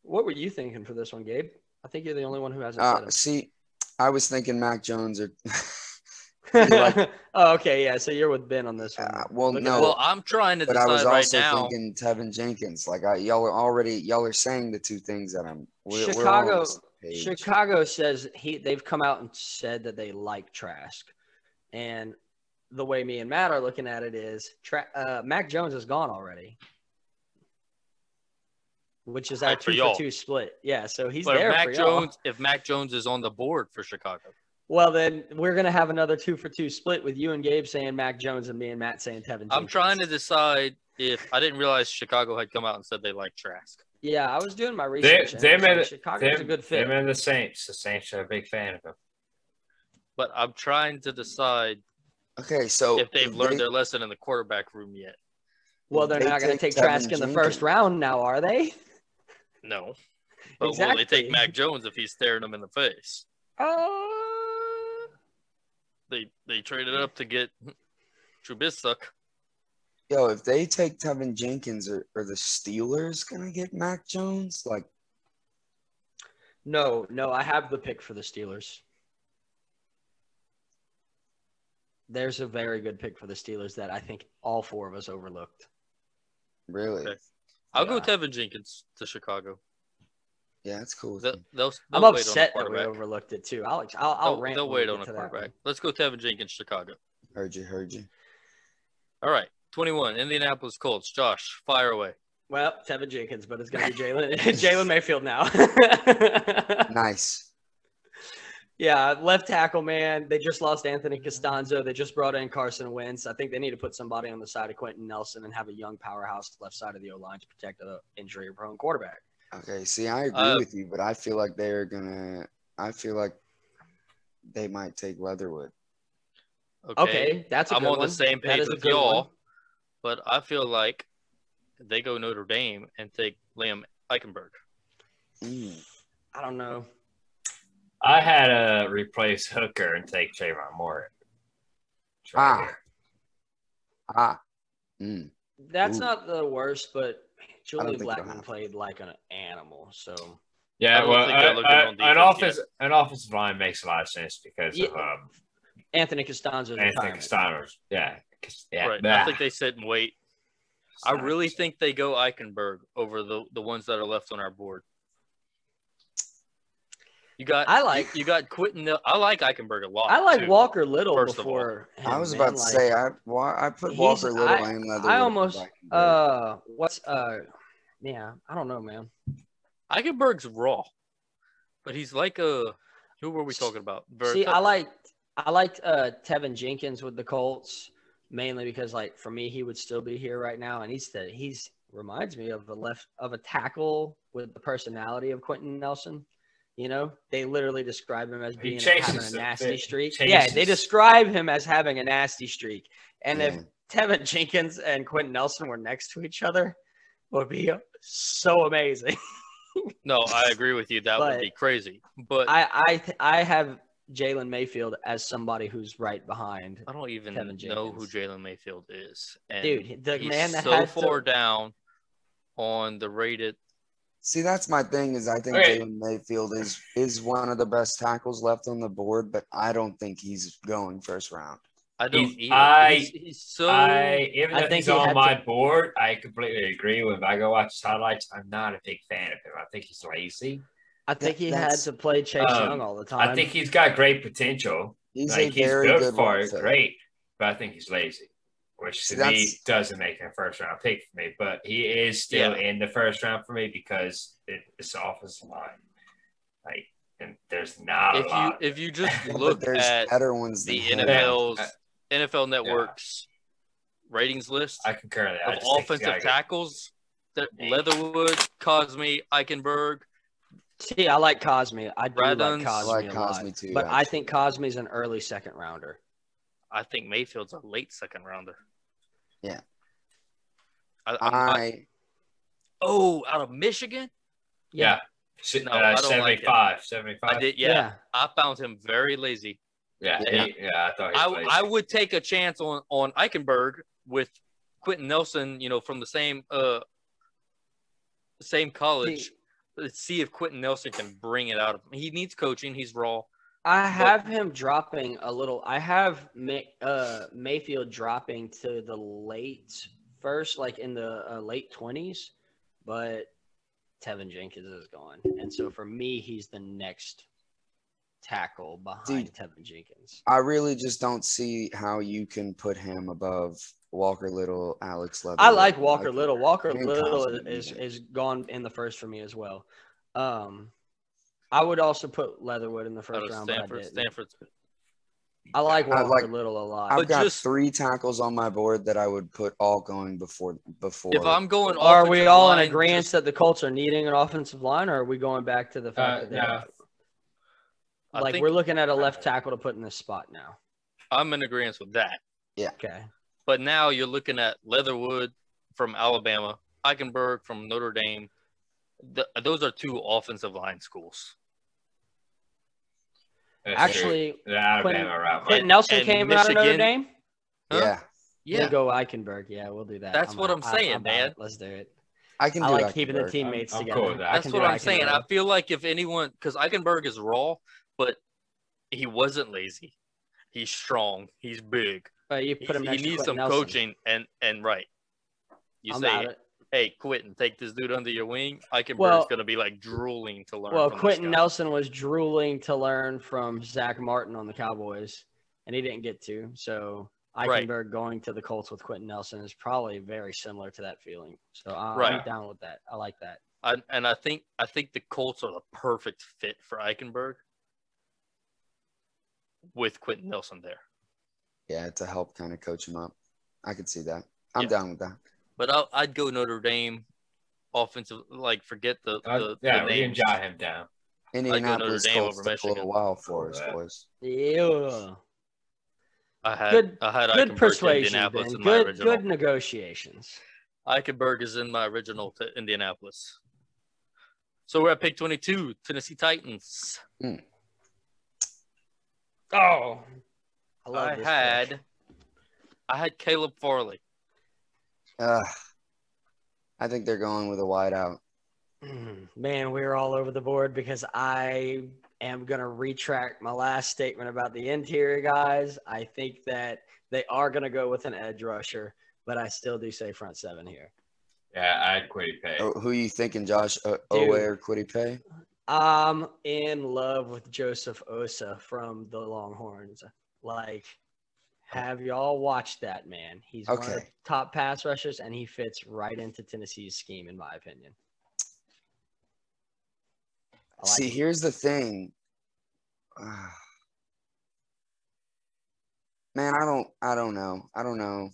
Speaker 2: What were you thinking for this one, Gabe? I think you're the only one who hasn't
Speaker 3: Ah,
Speaker 4: Uh,
Speaker 2: said
Speaker 4: see, I was thinking Mac Jones or.
Speaker 2: him.
Speaker 4: like-
Speaker 2: oh, okay, yeah. So you're with Ben on this one.
Speaker 3: Ah,
Speaker 4: Uh, well,
Speaker 2: Look at
Speaker 4: no,
Speaker 3: well I'm trying to
Speaker 4: but I
Speaker 3: decide
Speaker 4: was
Speaker 3: right
Speaker 4: also
Speaker 3: now.
Speaker 4: thinking Tevin Jenkins. Like I, y'all are already y'all are saying the two things that I'm. We're, we're all on
Speaker 2: Chicago-
Speaker 4: the same page.
Speaker 2: Chicago says he they've come out and said that they like Trask, and the way me and Matt are looking at it is Tra- uh, Mac Jones is gone already, which is our
Speaker 3: Right, for
Speaker 2: two for
Speaker 3: y'all.
Speaker 2: two split. Yeah, so he's
Speaker 3: but if
Speaker 2: there
Speaker 3: Mac
Speaker 2: for y'all.
Speaker 3: Jones if Mac Jones is on the board for Chicago.
Speaker 2: Well, then we're gonna have another two for two split with you and Gabe saying Mac Jones and me and Matt saying Tevin.
Speaker 3: I'm trying to decide if I didn't realize Chicago had come out and said they like Trask.
Speaker 2: Yeah, I was doing my research. and
Speaker 1: they
Speaker 2: I was
Speaker 1: made
Speaker 2: like,
Speaker 1: it-
Speaker 2: Chicago's a
Speaker 1: Them,
Speaker 2: good
Speaker 1: them
Speaker 2: fit.
Speaker 1: and the Saints. The Saints are a big fan of him.
Speaker 3: But I'm trying to decide
Speaker 4: Okay, so
Speaker 3: if they've learned
Speaker 4: Oh, they-
Speaker 3: their lesson in the quarterback room yet.
Speaker 2: Well, they're
Speaker 4: They
Speaker 2: not gonna
Speaker 4: take
Speaker 2: take Trask
Speaker 4: Tevin
Speaker 2: in the first
Speaker 4: Jenkins.
Speaker 2: round now, are they?
Speaker 3: No. But will they
Speaker 2: Exactly.
Speaker 3: take Mac Jones if he's staring them in the face?
Speaker 2: Uh,
Speaker 3: They they traded up to get Trubisky.
Speaker 4: Yo, if they take Tevin Jenkins, are, are the Steelers gonna get Mac Jones? Like,
Speaker 2: No, no, I have the pick for the Steelers. There's a very good pick for the Steelers that I think all four of us overlooked.
Speaker 4: really?
Speaker 3: Okay. I'll go
Speaker 2: Yeah.
Speaker 3: Tevin Jenkins to Chicago.
Speaker 4: Yeah, it's cool. with
Speaker 3: They'll,
Speaker 4: me.
Speaker 3: they'll,
Speaker 2: I'm
Speaker 3: they'll
Speaker 2: upset
Speaker 3: wait
Speaker 2: that
Speaker 3: on
Speaker 2: we
Speaker 3: a quarterback.
Speaker 2: overlooked it too. I'll I'll, I'll
Speaker 3: they'll,
Speaker 2: rant
Speaker 3: they'll
Speaker 2: when we
Speaker 3: wait
Speaker 2: get
Speaker 3: on a
Speaker 2: to that one.
Speaker 3: quarterback. Let's go Tevin Jenkins, Chicago.
Speaker 4: Heard you, heard you.
Speaker 3: All right, 21, Indianapolis Colts. Josh, fire away.
Speaker 2: Well, Tevin Jenkins, but it's gonna be Jalen Jalen Mayfield now.
Speaker 4: Nice.
Speaker 2: yeah, left tackle man. They just lost Anthony Costanzo. They just brought in Carson Wentz. I think they need to put somebody on the side of Quentin Nelson and have a young powerhouse left side of the O line to protect an injury prone quarterback.
Speaker 4: Okay, see, I agree
Speaker 3: Uh,
Speaker 4: with you, but I feel like they're gonna. I feel like they might take Leatherwood.
Speaker 3: Okay.
Speaker 2: Okay, that's a
Speaker 3: I'm
Speaker 2: good
Speaker 3: on the
Speaker 2: one.
Speaker 3: same
Speaker 2: That
Speaker 3: page
Speaker 2: is a
Speaker 3: with
Speaker 2: good
Speaker 3: y'all.
Speaker 2: one.
Speaker 3: But I feel like they go Notre Dame and take Liam Eichenberg.
Speaker 4: Mm.
Speaker 2: I don't know.
Speaker 1: I had to replace Hooker and take Trayvon Morgan.
Speaker 4: Ah. Ah. Mm.
Speaker 2: That's
Speaker 4: Ooh.
Speaker 2: not the worst, but Julian
Speaker 4: think it'll
Speaker 2: Blackman
Speaker 4: happen.
Speaker 2: played like an animal. So
Speaker 3: I
Speaker 1: Yeah,
Speaker 3: don't
Speaker 1: well,
Speaker 3: think they're
Speaker 1: uh,
Speaker 3: looking
Speaker 1: uh,
Speaker 3: on
Speaker 1: an
Speaker 3: defense
Speaker 1: offense, an offensive line makes a lot of sense because of
Speaker 2: Yeah,
Speaker 1: um,
Speaker 2: Anthony Costanzo's
Speaker 1: Anthony
Speaker 2: retirement.
Speaker 1: Steiner's. Yeah, 'cause- yeah.
Speaker 3: right. I
Speaker 1: nah.
Speaker 3: think they sit and wait. I really think they go Eichenberg over the, the ones that are left on our board. You got
Speaker 2: I like-
Speaker 3: you, you got Quentin. Nel- I like Eichenberg a lot.
Speaker 2: I like
Speaker 3: too.
Speaker 2: Walker Little
Speaker 3: first of all.
Speaker 2: before. him,
Speaker 4: I was
Speaker 2: man,
Speaker 4: about to
Speaker 2: like,
Speaker 4: say I. Why I put
Speaker 2: he's-
Speaker 4: Walker Little
Speaker 2: I-
Speaker 4: and Leatherwood.
Speaker 2: I
Speaker 4: in
Speaker 2: almost
Speaker 4: back and forth.
Speaker 2: uh, what's uh, yeah, I don't know, man.
Speaker 3: Eichenberg's raw, but he's like a Who were we talking about? Ver-
Speaker 2: See, I
Speaker 3: Tucker.
Speaker 2: liked I liked uh, Tevin Jenkins with the Colts mainly because, like, for me, he would still be here right now, and he's the, he's reminds me of the left of a tackle with the personality of Quentin Nelson. You know, they literally describe him as
Speaker 1: He
Speaker 2: being
Speaker 1: chases
Speaker 2: having a
Speaker 1: the-
Speaker 2: nasty
Speaker 1: he
Speaker 2: streak. Yeah, they
Speaker 1: chases.
Speaker 2: describe him as having a nasty streak, and if
Speaker 4: Yeah.
Speaker 2: Tevin Jenkins and Quentin Nelson were next to each other, it would be so amazing.
Speaker 3: No, I agree with you. That would
Speaker 2: But-
Speaker 3: be crazy. But I,
Speaker 2: I I th- I have Jalen Mayfield as somebody who's right behind.
Speaker 3: don't even
Speaker 2: Kevin
Speaker 3: know who
Speaker 2: Jenkins.
Speaker 3: Jalen Mayfield is. And
Speaker 2: Dude, the
Speaker 3: he's
Speaker 2: man that
Speaker 3: so
Speaker 2: had
Speaker 3: far
Speaker 2: th-
Speaker 3: down on the rated.
Speaker 4: See, that's my thing is I think
Speaker 1: Okay.
Speaker 4: Jalen Mayfield is is one of the best tackles left on the board, but I don't think he's going first round.
Speaker 3: I don't.
Speaker 1: He's-
Speaker 3: either.
Speaker 1: I-
Speaker 3: he's, he's so.
Speaker 1: I even
Speaker 2: I
Speaker 1: though
Speaker 2: think
Speaker 1: he's
Speaker 2: he
Speaker 1: on
Speaker 2: had
Speaker 1: my
Speaker 2: to-
Speaker 1: board, I completely agree with. him. I go watch his highlights. I'm not a big fan of him. I think he's lazy.
Speaker 2: I think he had
Speaker 4: that's-
Speaker 2: to play Chase
Speaker 1: Um,
Speaker 2: Young all the time.
Speaker 1: I think he's got great potential.
Speaker 4: He's
Speaker 1: like
Speaker 4: a
Speaker 1: he's
Speaker 4: very
Speaker 1: good,
Speaker 4: good
Speaker 1: for
Speaker 4: one.
Speaker 1: it, great, but I think he's lazy, which to
Speaker 4: See,
Speaker 1: me
Speaker 4: that's-
Speaker 1: doesn't make him a first round pick for me. But he is still in the first round for me because it, it's offensive line, like, and there's not
Speaker 3: if
Speaker 1: a
Speaker 3: you
Speaker 1: lot.
Speaker 3: if you just
Speaker 4: Yeah, but
Speaker 3: look
Speaker 4: there's
Speaker 3: at
Speaker 4: better ones
Speaker 3: the
Speaker 4: than him.
Speaker 3: NFL's
Speaker 1: Yeah.
Speaker 3: NFL Network's ratings list
Speaker 1: I concur with that. I
Speaker 3: of
Speaker 1: just think he's
Speaker 3: offensive
Speaker 1: got a
Speaker 3: tackles, that Leatherwood, Cosme, Eichenberg.
Speaker 2: See, I like Cosme. I do like
Speaker 3: Radon's-
Speaker 4: I
Speaker 2: Cosme
Speaker 4: like
Speaker 2: a lot.
Speaker 4: Cosme too.
Speaker 2: but I
Speaker 4: actually.
Speaker 2: think Cosme's an early second rounder.
Speaker 3: I think Mayfield's a late second rounder.
Speaker 4: Yeah.
Speaker 3: I, I'm not-
Speaker 4: I
Speaker 3: oh, out of Michigan?
Speaker 1: Yeah. good-
Speaker 3: No, I
Speaker 1: uh,
Speaker 3: don't like him.
Speaker 1: 75, 75.
Speaker 3: I did. Yeah, I found him very lazy.
Speaker 1: Yeah,
Speaker 4: Yeah.
Speaker 1: he- yeah, I thought he
Speaker 3: I,
Speaker 1: was lazy.
Speaker 3: I would take a chance on on Eichenberg with Quentin Nelson. You know, from the same uh same college.
Speaker 2: See,
Speaker 3: Let's see if Quentin Nelson can bring it out of him. He needs coaching. He's raw.
Speaker 2: I have him dropping a little. I have May, uh, Mayfield dropping to the late first, like in the uh, late twenties, but Tevin Jenkins is gone, and so for me, he's the next tackle behind
Speaker 4: Dude.
Speaker 2: Tevin Jenkins.
Speaker 4: I really just don't see how you can put him above Walker Little, Alex Leather.
Speaker 2: I like Walker Little. Walker
Speaker 4: and
Speaker 2: Little
Speaker 4: Cosme,
Speaker 2: is
Speaker 4: yeah.
Speaker 2: is gone in the first for me as well. Um, I would also put Leatherwood in the
Speaker 3: Out
Speaker 2: first
Speaker 3: of
Speaker 2: round. but I
Speaker 3: Stanford,
Speaker 2: didn't.
Speaker 3: Stanford.
Speaker 2: I like
Speaker 4: I
Speaker 2: Walker
Speaker 4: like-
Speaker 2: Little a lot.
Speaker 4: I've
Speaker 3: But
Speaker 4: got
Speaker 3: just-
Speaker 4: three tackles on my board that I would put all going before before.
Speaker 3: If I'm going,
Speaker 2: are we
Speaker 3: offensive
Speaker 2: all in
Speaker 3: line,
Speaker 2: agreement
Speaker 3: just-
Speaker 2: that the Colts are needing an offensive line, or are we going back to the fact
Speaker 1: Uh,
Speaker 2: that they
Speaker 1: no.
Speaker 3: I
Speaker 2: like
Speaker 3: think
Speaker 2: we're looking at a left tackle to put in this spot now?
Speaker 3: I'm in agreement with that.
Speaker 2: Okay,
Speaker 3: But now you're looking at Leatherwood from Alabama, Eichenberg from Notre Dame. Th those are two offensive line schools.
Speaker 1: That's true.
Speaker 2: actually,
Speaker 1: the Alabama route.
Speaker 2: Quentin
Speaker 1: might-
Speaker 2: Nelson
Speaker 3: and
Speaker 2: came out of Notre
Speaker 3: Michigan-
Speaker 2: Dame.
Speaker 3: Huh?
Speaker 4: yeah,
Speaker 2: We'll go Eichenberg. Yeah, we'll do that.
Speaker 3: That's what I'm
Speaker 2: I-
Speaker 3: saying,
Speaker 2: about it.
Speaker 3: man.
Speaker 2: Let's do it.
Speaker 4: I can.
Speaker 2: I
Speaker 4: do
Speaker 2: like keeping the
Speaker 4: Eichenberg.
Speaker 2: teammates
Speaker 1: I'm- I'm
Speaker 2: together.
Speaker 1: cool with that.
Speaker 2: I
Speaker 3: That's
Speaker 2: can
Speaker 3: what
Speaker 2: do
Speaker 3: I'm saying. I
Speaker 2: Eichenberg.
Speaker 3: feel like if anyone, because Eichenberg is raw, but he wasn't lazy. He's strong. He's big.
Speaker 2: But you
Speaker 3: He,
Speaker 2: put him.
Speaker 3: he
Speaker 2: next to
Speaker 3: needs
Speaker 2: Quentin
Speaker 3: some
Speaker 2: Nelson.
Speaker 3: coaching and and right. You
Speaker 2: I'm
Speaker 3: say,
Speaker 2: about it.
Speaker 3: hey, Quentin, take this dude under your wing. Eichenberg's
Speaker 2: Well-
Speaker 3: gonna be like drooling to learn.
Speaker 2: Well,
Speaker 3: from this
Speaker 2: Quentin
Speaker 3: guy.
Speaker 2: Nelson was drooling to learn from Zach Martin on the Cowboys, and he didn't get to. So
Speaker 3: Right.
Speaker 2: Eichenberg going to the Colts with Quentin Nelson is probably very similar to that feeling. So I'm
Speaker 3: Right.
Speaker 2: down with that. I like that.
Speaker 3: I, and I think I think the Colts are the perfect fit for Eichenberg with Quentin Nelson there.
Speaker 4: Yeah, to help kind of coach him up. I could see that. I'm
Speaker 3: Yeah.
Speaker 4: down with that.
Speaker 3: But I, I'd go Notre Dame offensive. Like forget the, the,
Speaker 1: Uh,
Speaker 3: the
Speaker 1: yeah, we can
Speaker 3: names.
Speaker 1: jot him down.
Speaker 4: Indianapolis
Speaker 3: Dame
Speaker 4: Colts
Speaker 3: over
Speaker 4: took a
Speaker 3: Michigan.
Speaker 4: little while for us,
Speaker 1: Yeah.
Speaker 4: boys.
Speaker 2: Yeah.
Speaker 3: I had
Speaker 2: Good-
Speaker 3: I had Eichenberg
Speaker 2: Good
Speaker 3: in
Speaker 2: persuasion,
Speaker 3: Indianapolis
Speaker 2: Ben.
Speaker 3: in my
Speaker 2: Good,
Speaker 3: original.
Speaker 2: good negotiations.
Speaker 3: Eichenberg is in my original to Indianapolis. So we're at pick twenty-two, Tennessee Titans.
Speaker 2: Oh, I
Speaker 3: I,
Speaker 2: love this pick.
Speaker 3: had I had Caleb Farley.
Speaker 4: Uh, I think they're going with a wide out.
Speaker 2: Mm, Man, we were all over the board because I am going to retract my last statement about the interior guys. I think that they are going to go with an edge rusher, but I still do say front seven here.
Speaker 1: Yeah, I'd quit pay.
Speaker 4: Oh, who you thinking, Josh? O-
Speaker 2: Dude.
Speaker 4: Owe or Quiddy Pay?
Speaker 2: I'm in love with Joseph Osa from the Longhorns. Like, have y'all watched that man? He's one of the
Speaker 4: Okay.
Speaker 2: top pass rushers, and he fits right into Tennessee's scheme, in my opinion. I like
Speaker 4: See,
Speaker 2: it.
Speaker 4: here's the thing. man, I don't I don't know. I don't know.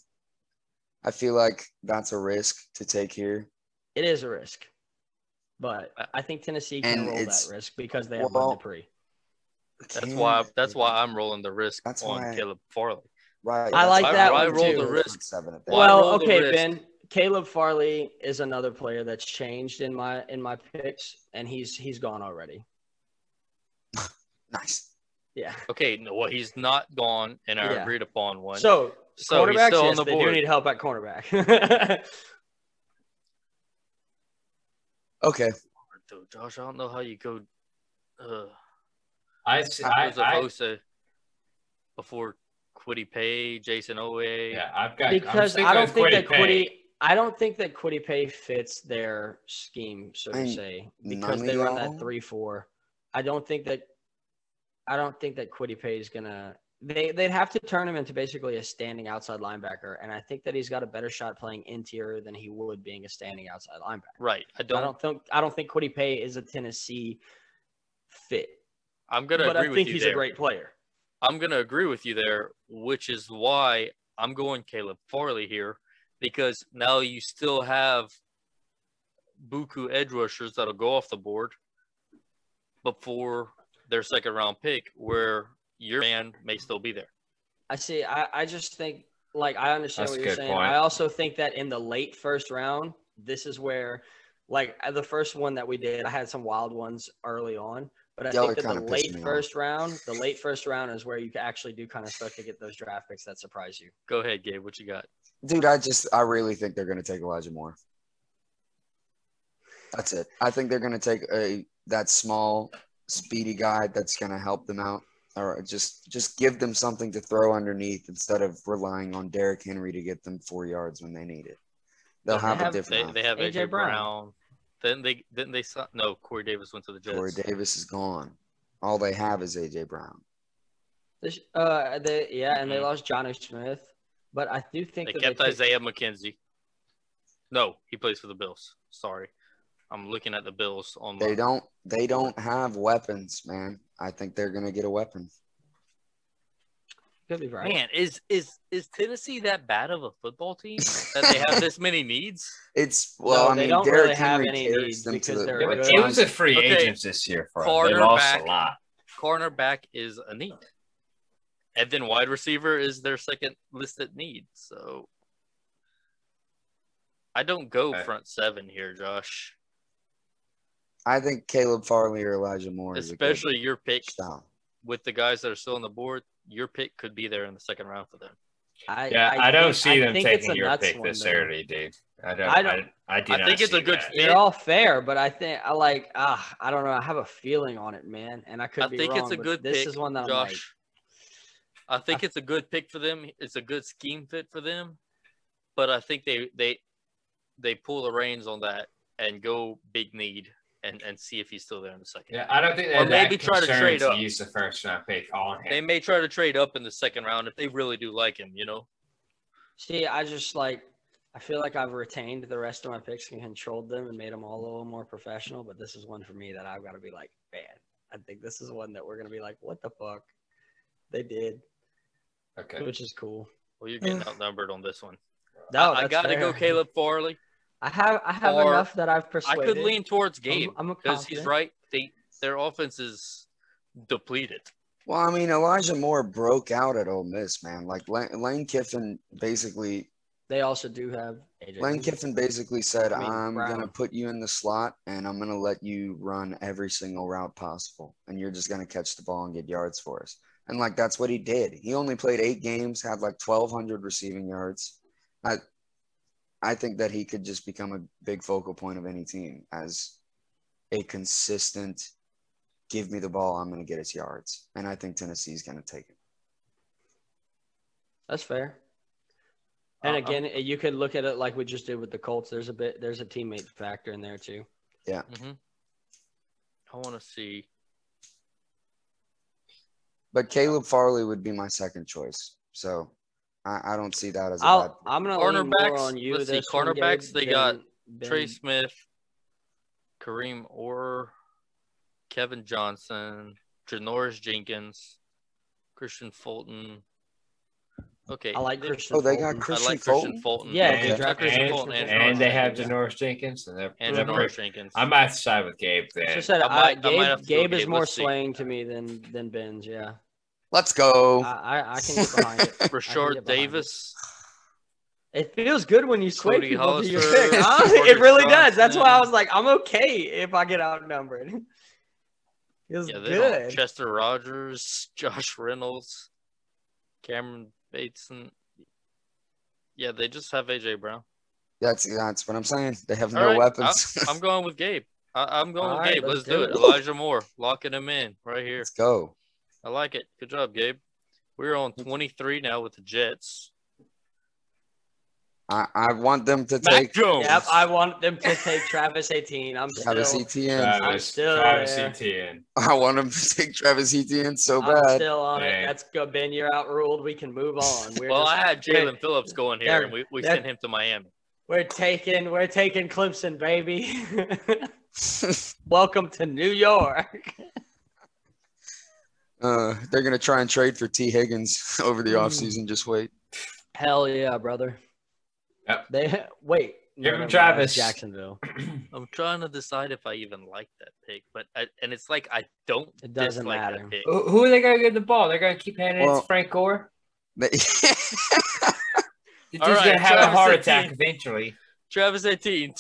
Speaker 4: I feel like that's a risk to take here.
Speaker 2: It is a risk, but
Speaker 3: Uh,
Speaker 2: I think Tennessee can
Speaker 4: And
Speaker 2: roll that
Speaker 4: it's-
Speaker 2: risk because they have
Speaker 4: well,
Speaker 2: Bud Dupree.
Speaker 3: That's
Speaker 4: Can-
Speaker 3: why. That's why I'm rolling the risk
Speaker 4: That's
Speaker 3: on
Speaker 4: why-
Speaker 3: Caleb Farley.
Speaker 4: Right.
Speaker 2: I like
Speaker 4: that's
Speaker 2: that
Speaker 4: why
Speaker 2: one
Speaker 4: we
Speaker 2: too.
Speaker 4: do
Speaker 2: Roll the
Speaker 4: it on
Speaker 3: risk.
Speaker 4: Seven at that.
Speaker 3: Why
Speaker 2: Well,
Speaker 3: roll the
Speaker 2: okay,
Speaker 3: risk?
Speaker 2: Ben. Caleb Farley is another player that's changed in my in my picks, and he's he's gone already.
Speaker 4: nice.
Speaker 2: Yeah.
Speaker 3: Okay, no, well he's not gone, and I
Speaker 2: Yeah.
Speaker 3: agreed upon one.
Speaker 2: So,
Speaker 3: So he's
Speaker 2: cornerbacks,
Speaker 3: still on
Speaker 2: yes,
Speaker 3: the
Speaker 2: they do
Speaker 3: board.
Speaker 2: need help at cornerback.
Speaker 4: Okay.
Speaker 3: Dude, Josh, I don't know how you go. Uh,
Speaker 1: I, s- I-
Speaker 3: Joseph
Speaker 1: I-
Speaker 3: Osa before Quiddy Pay, Jason Owe.
Speaker 1: yeah, I've got I'm
Speaker 2: because
Speaker 1: sticking
Speaker 2: I don't
Speaker 1: with
Speaker 2: think that
Speaker 1: Quiddy Pay.
Speaker 2: Quiddy, I don't think that Quiddy Pay fits their scheme, so to
Speaker 4: I mean,
Speaker 2: say,
Speaker 4: none
Speaker 2: because
Speaker 4: of
Speaker 2: they run that
Speaker 4: y'all?
Speaker 2: three four. I don't think that, I don't think that Quiddy Pay is gonna. They they'd have to turn him into basically a standing outside linebacker, and I think that he's got a better shot playing interior than he would being a standing outside linebacker.
Speaker 3: Right.
Speaker 2: I
Speaker 3: I don't.
Speaker 2: don't think I don't think Quiddy Pay is a Tennessee fit,
Speaker 3: I am gonna
Speaker 2: but
Speaker 3: agree
Speaker 2: I think
Speaker 3: with you
Speaker 2: he's
Speaker 3: there.
Speaker 2: a great player.
Speaker 3: I'm gonna agree with you there, which is why I'm going Caleb Farley here, because now you still have Buku edge rushers that'll go off the board before their second round pick, where your man may still be there.
Speaker 2: I see. I, I just think like I understand
Speaker 1: That's a
Speaker 2: what you're
Speaker 1: good
Speaker 2: saying.
Speaker 1: point.
Speaker 2: I also think that in the late first round, this is where like uh, the first one that we did, I had some wild ones early on. But I
Speaker 4: Y'all
Speaker 2: think
Speaker 4: are
Speaker 2: that the
Speaker 4: kinda pissing
Speaker 2: late
Speaker 4: me off.
Speaker 2: first round, the late first round is where you can actually do kind of start to get those draft picks that surprise you.
Speaker 3: Go ahead, Gabe. What you got?
Speaker 4: Dude, I just I really think they're gonna take Elijah Moore. That's it. I think they're gonna take a that small, speedy guy that's gonna help them out. Or just just give them something to throw underneath instead of relying on Derrick Henry to get them four yards when they need it. They'll
Speaker 3: They
Speaker 4: have,
Speaker 2: have-
Speaker 4: a
Speaker 3: They,
Speaker 4: different.
Speaker 3: they have
Speaker 2: AJ
Speaker 3: AJ Brown.
Speaker 2: Brown.
Speaker 3: Then they then they si- no Corey Davis went to the Jets.
Speaker 4: Corey Davis is gone. All they have is AJ Brown.
Speaker 2: This, uh, they, yeah, and they
Speaker 1: Mm-hmm.
Speaker 3: Mhm.
Speaker 2: lost Johnny Smith, but I do think
Speaker 3: They
Speaker 2: that
Speaker 3: kept
Speaker 2: they picked-
Speaker 3: Isaiah McKenzie. No, he plays for the Bills. Sorry, I'm looking at the Bills on.
Speaker 4: They don't. They don't have weapons, man. I think they're gonna get a weapon.
Speaker 2: could be right.
Speaker 3: Man, is is is Tennessee that bad of a football team that they have this many needs?
Speaker 4: It's well,
Speaker 2: No,
Speaker 4: I
Speaker 2: they
Speaker 4: mean,
Speaker 2: don't really
Speaker 4: Derrick
Speaker 2: have
Speaker 4: Henry
Speaker 2: any
Speaker 4: carries
Speaker 2: needs
Speaker 4: them to
Speaker 2: because
Speaker 4: the-
Speaker 2: they're
Speaker 1: They were
Speaker 2: good.
Speaker 1: teams of free
Speaker 3: Okay.
Speaker 1: agents this year for them. They lost a
Speaker 3: Cornerback.
Speaker 1: lot.
Speaker 3: Cornerback is a need, and then wide receiver is their second listed need. So I don't go
Speaker 1: Okay.
Speaker 3: front seven here, Josh.
Speaker 4: I think Caleb Farley or Elijah Moore, is a good
Speaker 3: Especially your pick
Speaker 4: style.
Speaker 3: with the guys that are still on the board. Your pick could be there in the second round for them.
Speaker 2: I,
Speaker 1: Yeah, I, don't
Speaker 2: think-
Speaker 1: see
Speaker 2: I
Speaker 1: them
Speaker 2: think it's
Speaker 1: taking
Speaker 2: a
Speaker 1: your
Speaker 2: nuts
Speaker 1: pick
Speaker 2: one,
Speaker 1: this
Speaker 2: though.
Speaker 1: early, dude. I don't.
Speaker 2: I
Speaker 1: I,
Speaker 2: don't-
Speaker 1: I, do
Speaker 3: I
Speaker 1: not
Speaker 3: think it's
Speaker 1: see
Speaker 3: a good
Speaker 1: that.
Speaker 3: fit.
Speaker 2: They're all fair, but I think I like ah, I don't know. I have a feeling on it, man, and I could
Speaker 3: I
Speaker 2: be
Speaker 3: think
Speaker 2: wrong.
Speaker 3: it's a
Speaker 2: but
Speaker 3: good
Speaker 2: This
Speaker 3: pick,
Speaker 2: is one that I'm like,
Speaker 3: Josh. I think it's a good pick for them. It's a good scheme fit for them, but I think they they they pull the reins on that and go big need and and see if he's still there in the second.
Speaker 1: Yeah, I don't think
Speaker 3: Or
Speaker 1: they're that
Speaker 3: maybe try to
Speaker 1: concerned
Speaker 3: trade
Speaker 1: to
Speaker 3: up.
Speaker 1: use the first round pick on
Speaker 3: They
Speaker 1: him.
Speaker 3: may try to trade up in the second round if they really do like him. You know,
Speaker 2: see, I just like, I feel like I've retained the rest of my picks and controlled them and made them all a little more professional. But this is one for me that I've got to be like, man, I think this is one that we're gonna be like, what the fuck, they did,
Speaker 1: Okay.
Speaker 2: which is cool.
Speaker 3: well you're getting outnumbered on this one.
Speaker 2: No, Mm.
Speaker 3: I
Speaker 2: Oh, that's
Speaker 3: got to
Speaker 2: fair.
Speaker 3: go, Caleb Farley.
Speaker 2: I have I have
Speaker 3: Or-
Speaker 2: enough that I've persuaded.
Speaker 3: I could lean towards Gabe
Speaker 2: I'm, I'm a
Speaker 3: because he's
Speaker 2: confident.
Speaker 3: right. They their offense is depleted.
Speaker 4: Well, I mean, Elijah Moore broke out at Ole Miss, man. Like Lane, Lane Kiffin basically,
Speaker 2: They also do have AJ.
Speaker 4: Lane Kiffin basically said,
Speaker 2: I mean,
Speaker 4: "I'm
Speaker 2: Brown.
Speaker 4: gonna put you in the slot and I'm gonna let you run every single route possible, and you're just gonna catch the ball and get yards for us." And like that's what he did. He only played eight games, had like 1,200 receiving yards. I, I think that he could just become a big focal point of any team as a consistent. Give me the ball, I'm gonna get his yards, and I think Tennessee's gonna take it.
Speaker 2: That's fair. And
Speaker 3: Uh,
Speaker 2: again, eh, you could look at it like we just did with the Colts. There's a bit, there's a teammate factor in there too.
Speaker 3: hmm I want to see.
Speaker 4: But Caleb Farley would be my second choice. So I, I don't see that as a bad.
Speaker 2: I'll, I'm gonna lean more
Speaker 3: Cornerbacks,
Speaker 2: on you.
Speaker 3: let's see,
Speaker 2: this one, Gabe,
Speaker 3: cornerbacks, they got
Speaker 2: than-
Speaker 3: Trey
Speaker 2: than-
Speaker 3: Smith, Kareem Orr, Kevin Johnson, Janoris Jenkins, Christian Fulton. Okay.
Speaker 2: I like Christian.
Speaker 4: Oh, they got
Speaker 2: Fulton.
Speaker 3: I
Speaker 4: Christian
Speaker 3: like
Speaker 4: Fulton.
Speaker 3: Christian Fulton.
Speaker 2: Yeah,
Speaker 3: Okay,
Speaker 1: they
Speaker 2: draft
Speaker 3: Christian
Speaker 1: Christian
Speaker 3: Fulton
Speaker 2: Fulton.
Speaker 3: and,
Speaker 1: And they have
Speaker 2: Yeah.
Speaker 1: Janoris Jenkins, and they're,
Speaker 3: and
Speaker 1: they're
Speaker 3: Janoris
Speaker 1: pretty-
Speaker 3: Jenkins.
Speaker 1: I might side with Gabe
Speaker 2: That's what I
Speaker 1: then.
Speaker 2: said.
Speaker 3: I
Speaker 2: I-
Speaker 3: might- I might
Speaker 2: Gabe,
Speaker 3: have to go
Speaker 2: Gabe is
Speaker 3: Gabe.
Speaker 2: more
Speaker 3: Let's see.
Speaker 2: slaying to me than than Ben's. Yeah,
Speaker 4: Let's go.
Speaker 2: I I, I can get behind it.
Speaker 3: Rashard
Speaker 2: get behind it.
Speaker 3: Davis.
Speaker 2: It feels good when you sway
Speaker 3: Cody
Speaker 2: people to your
Speaker 3: Hollister,
Speaker 2: pick. Honestly,
Speaker 3: Porter
Speaker 2: it really does. That's why I
Speaker 3: Johnson.
Speaker 2: was like, I'm okay if I get outnumbered. Feels
Speaker 3: Yeah, they don't.
Speaker 2: good.
Speaker 3: Chester Rogers, Josh Reynolds, Cameron Bateson. Yeah, they just have AJ Brown.
Speaker 4: That's that's what I'm saying. They have
Speaker 3: All
Speaker 4: no
Speaker 3: right,
Speaker 4: weapons.
Speaker 3: I'm going with Gabe. I, I'm going
Speaker 2: All
Speaker 3: with
Speaker 2: right,
Speaker 3: Gabe. Let's,
Speaker 2: let's
Speaker 3: do
Speaker 2: do
Speaker 3: it.
Speaker 2: it.
Speaker 3: Elijah Moore, locking him in right here.
Speaker 4: Let's go.
Speaker 3: I like it. Good job, Gabe. We're on 23 now with the Jets.
Speaker 4: I, I want them to
Speaker 3: Mac
Speaker 4: take
Speaker 3: Jones.
Speaker 2: Yep, I want them to take Travis 18. I'm
Speaker 4: Travis
Speaker 2: still,
Speaker 4: Etienne.
Speaker 2: I'm
Speaker 1: Travis,
Speaker 2: still
Speaker 1: Travis
Speaker 2: there.
Speaker 1: Etienne.
Speaker 4: I want them to take Travis Etienne so
Speaker 2: I'm
Speaker 4: bad.
Speaker 2: still on
Speaker 1: Dang.
Speaker 2: it. That's good, Ben. You're outruled. We can move on. We're,
Speaker 3: well, I
Speaker 2: just-
Speaker 3: had Jalen Phillips going here,
Speaker 2: There-
Speaker 3: and we, we
Speaker 2: there-
Speaker 3: sent him to Miami.
Speaker 2: we're taking we're taking Clemson, baby. Welcome to New York.
Speaker 4: uh, they're gonna try and trade for T. Higgins over the
Speaker 2: Mm.
Speaker 4: offseason. Just wait.
Speaker 2: Hell yeah, brother.
Speaker 1: Yep.
Speaker 2: They wait.
Speaker 1: Give him
Speaker 2: never mind.
Speaker 1: Travis.
Speaker 2: Jacksonville.
Speaker 3: I'm trying to decide if I even like that pick, but I, and it's like I don't.
Speaker 2: It doesn't
Speaker 3: dislike that
Speaker 2: matter. Oh.
Speaker 3: pick.
Speaker 1: Who who are they going to get the ball? They're going to keep handing it
Speaker 4: Well-
Speaker 1: to Frank Gore?
Speaker 4: They-
Speaker 1: He's
Speaker 3: All
Speaker 1: just going
Speaker 3: right,
Speaker 1: to have a
Speaker 3: Travis
Speaker 1: heart
Speaker 3: Etienne.
Speaker 1: attack eventually.
Speaker 3: Travis 18.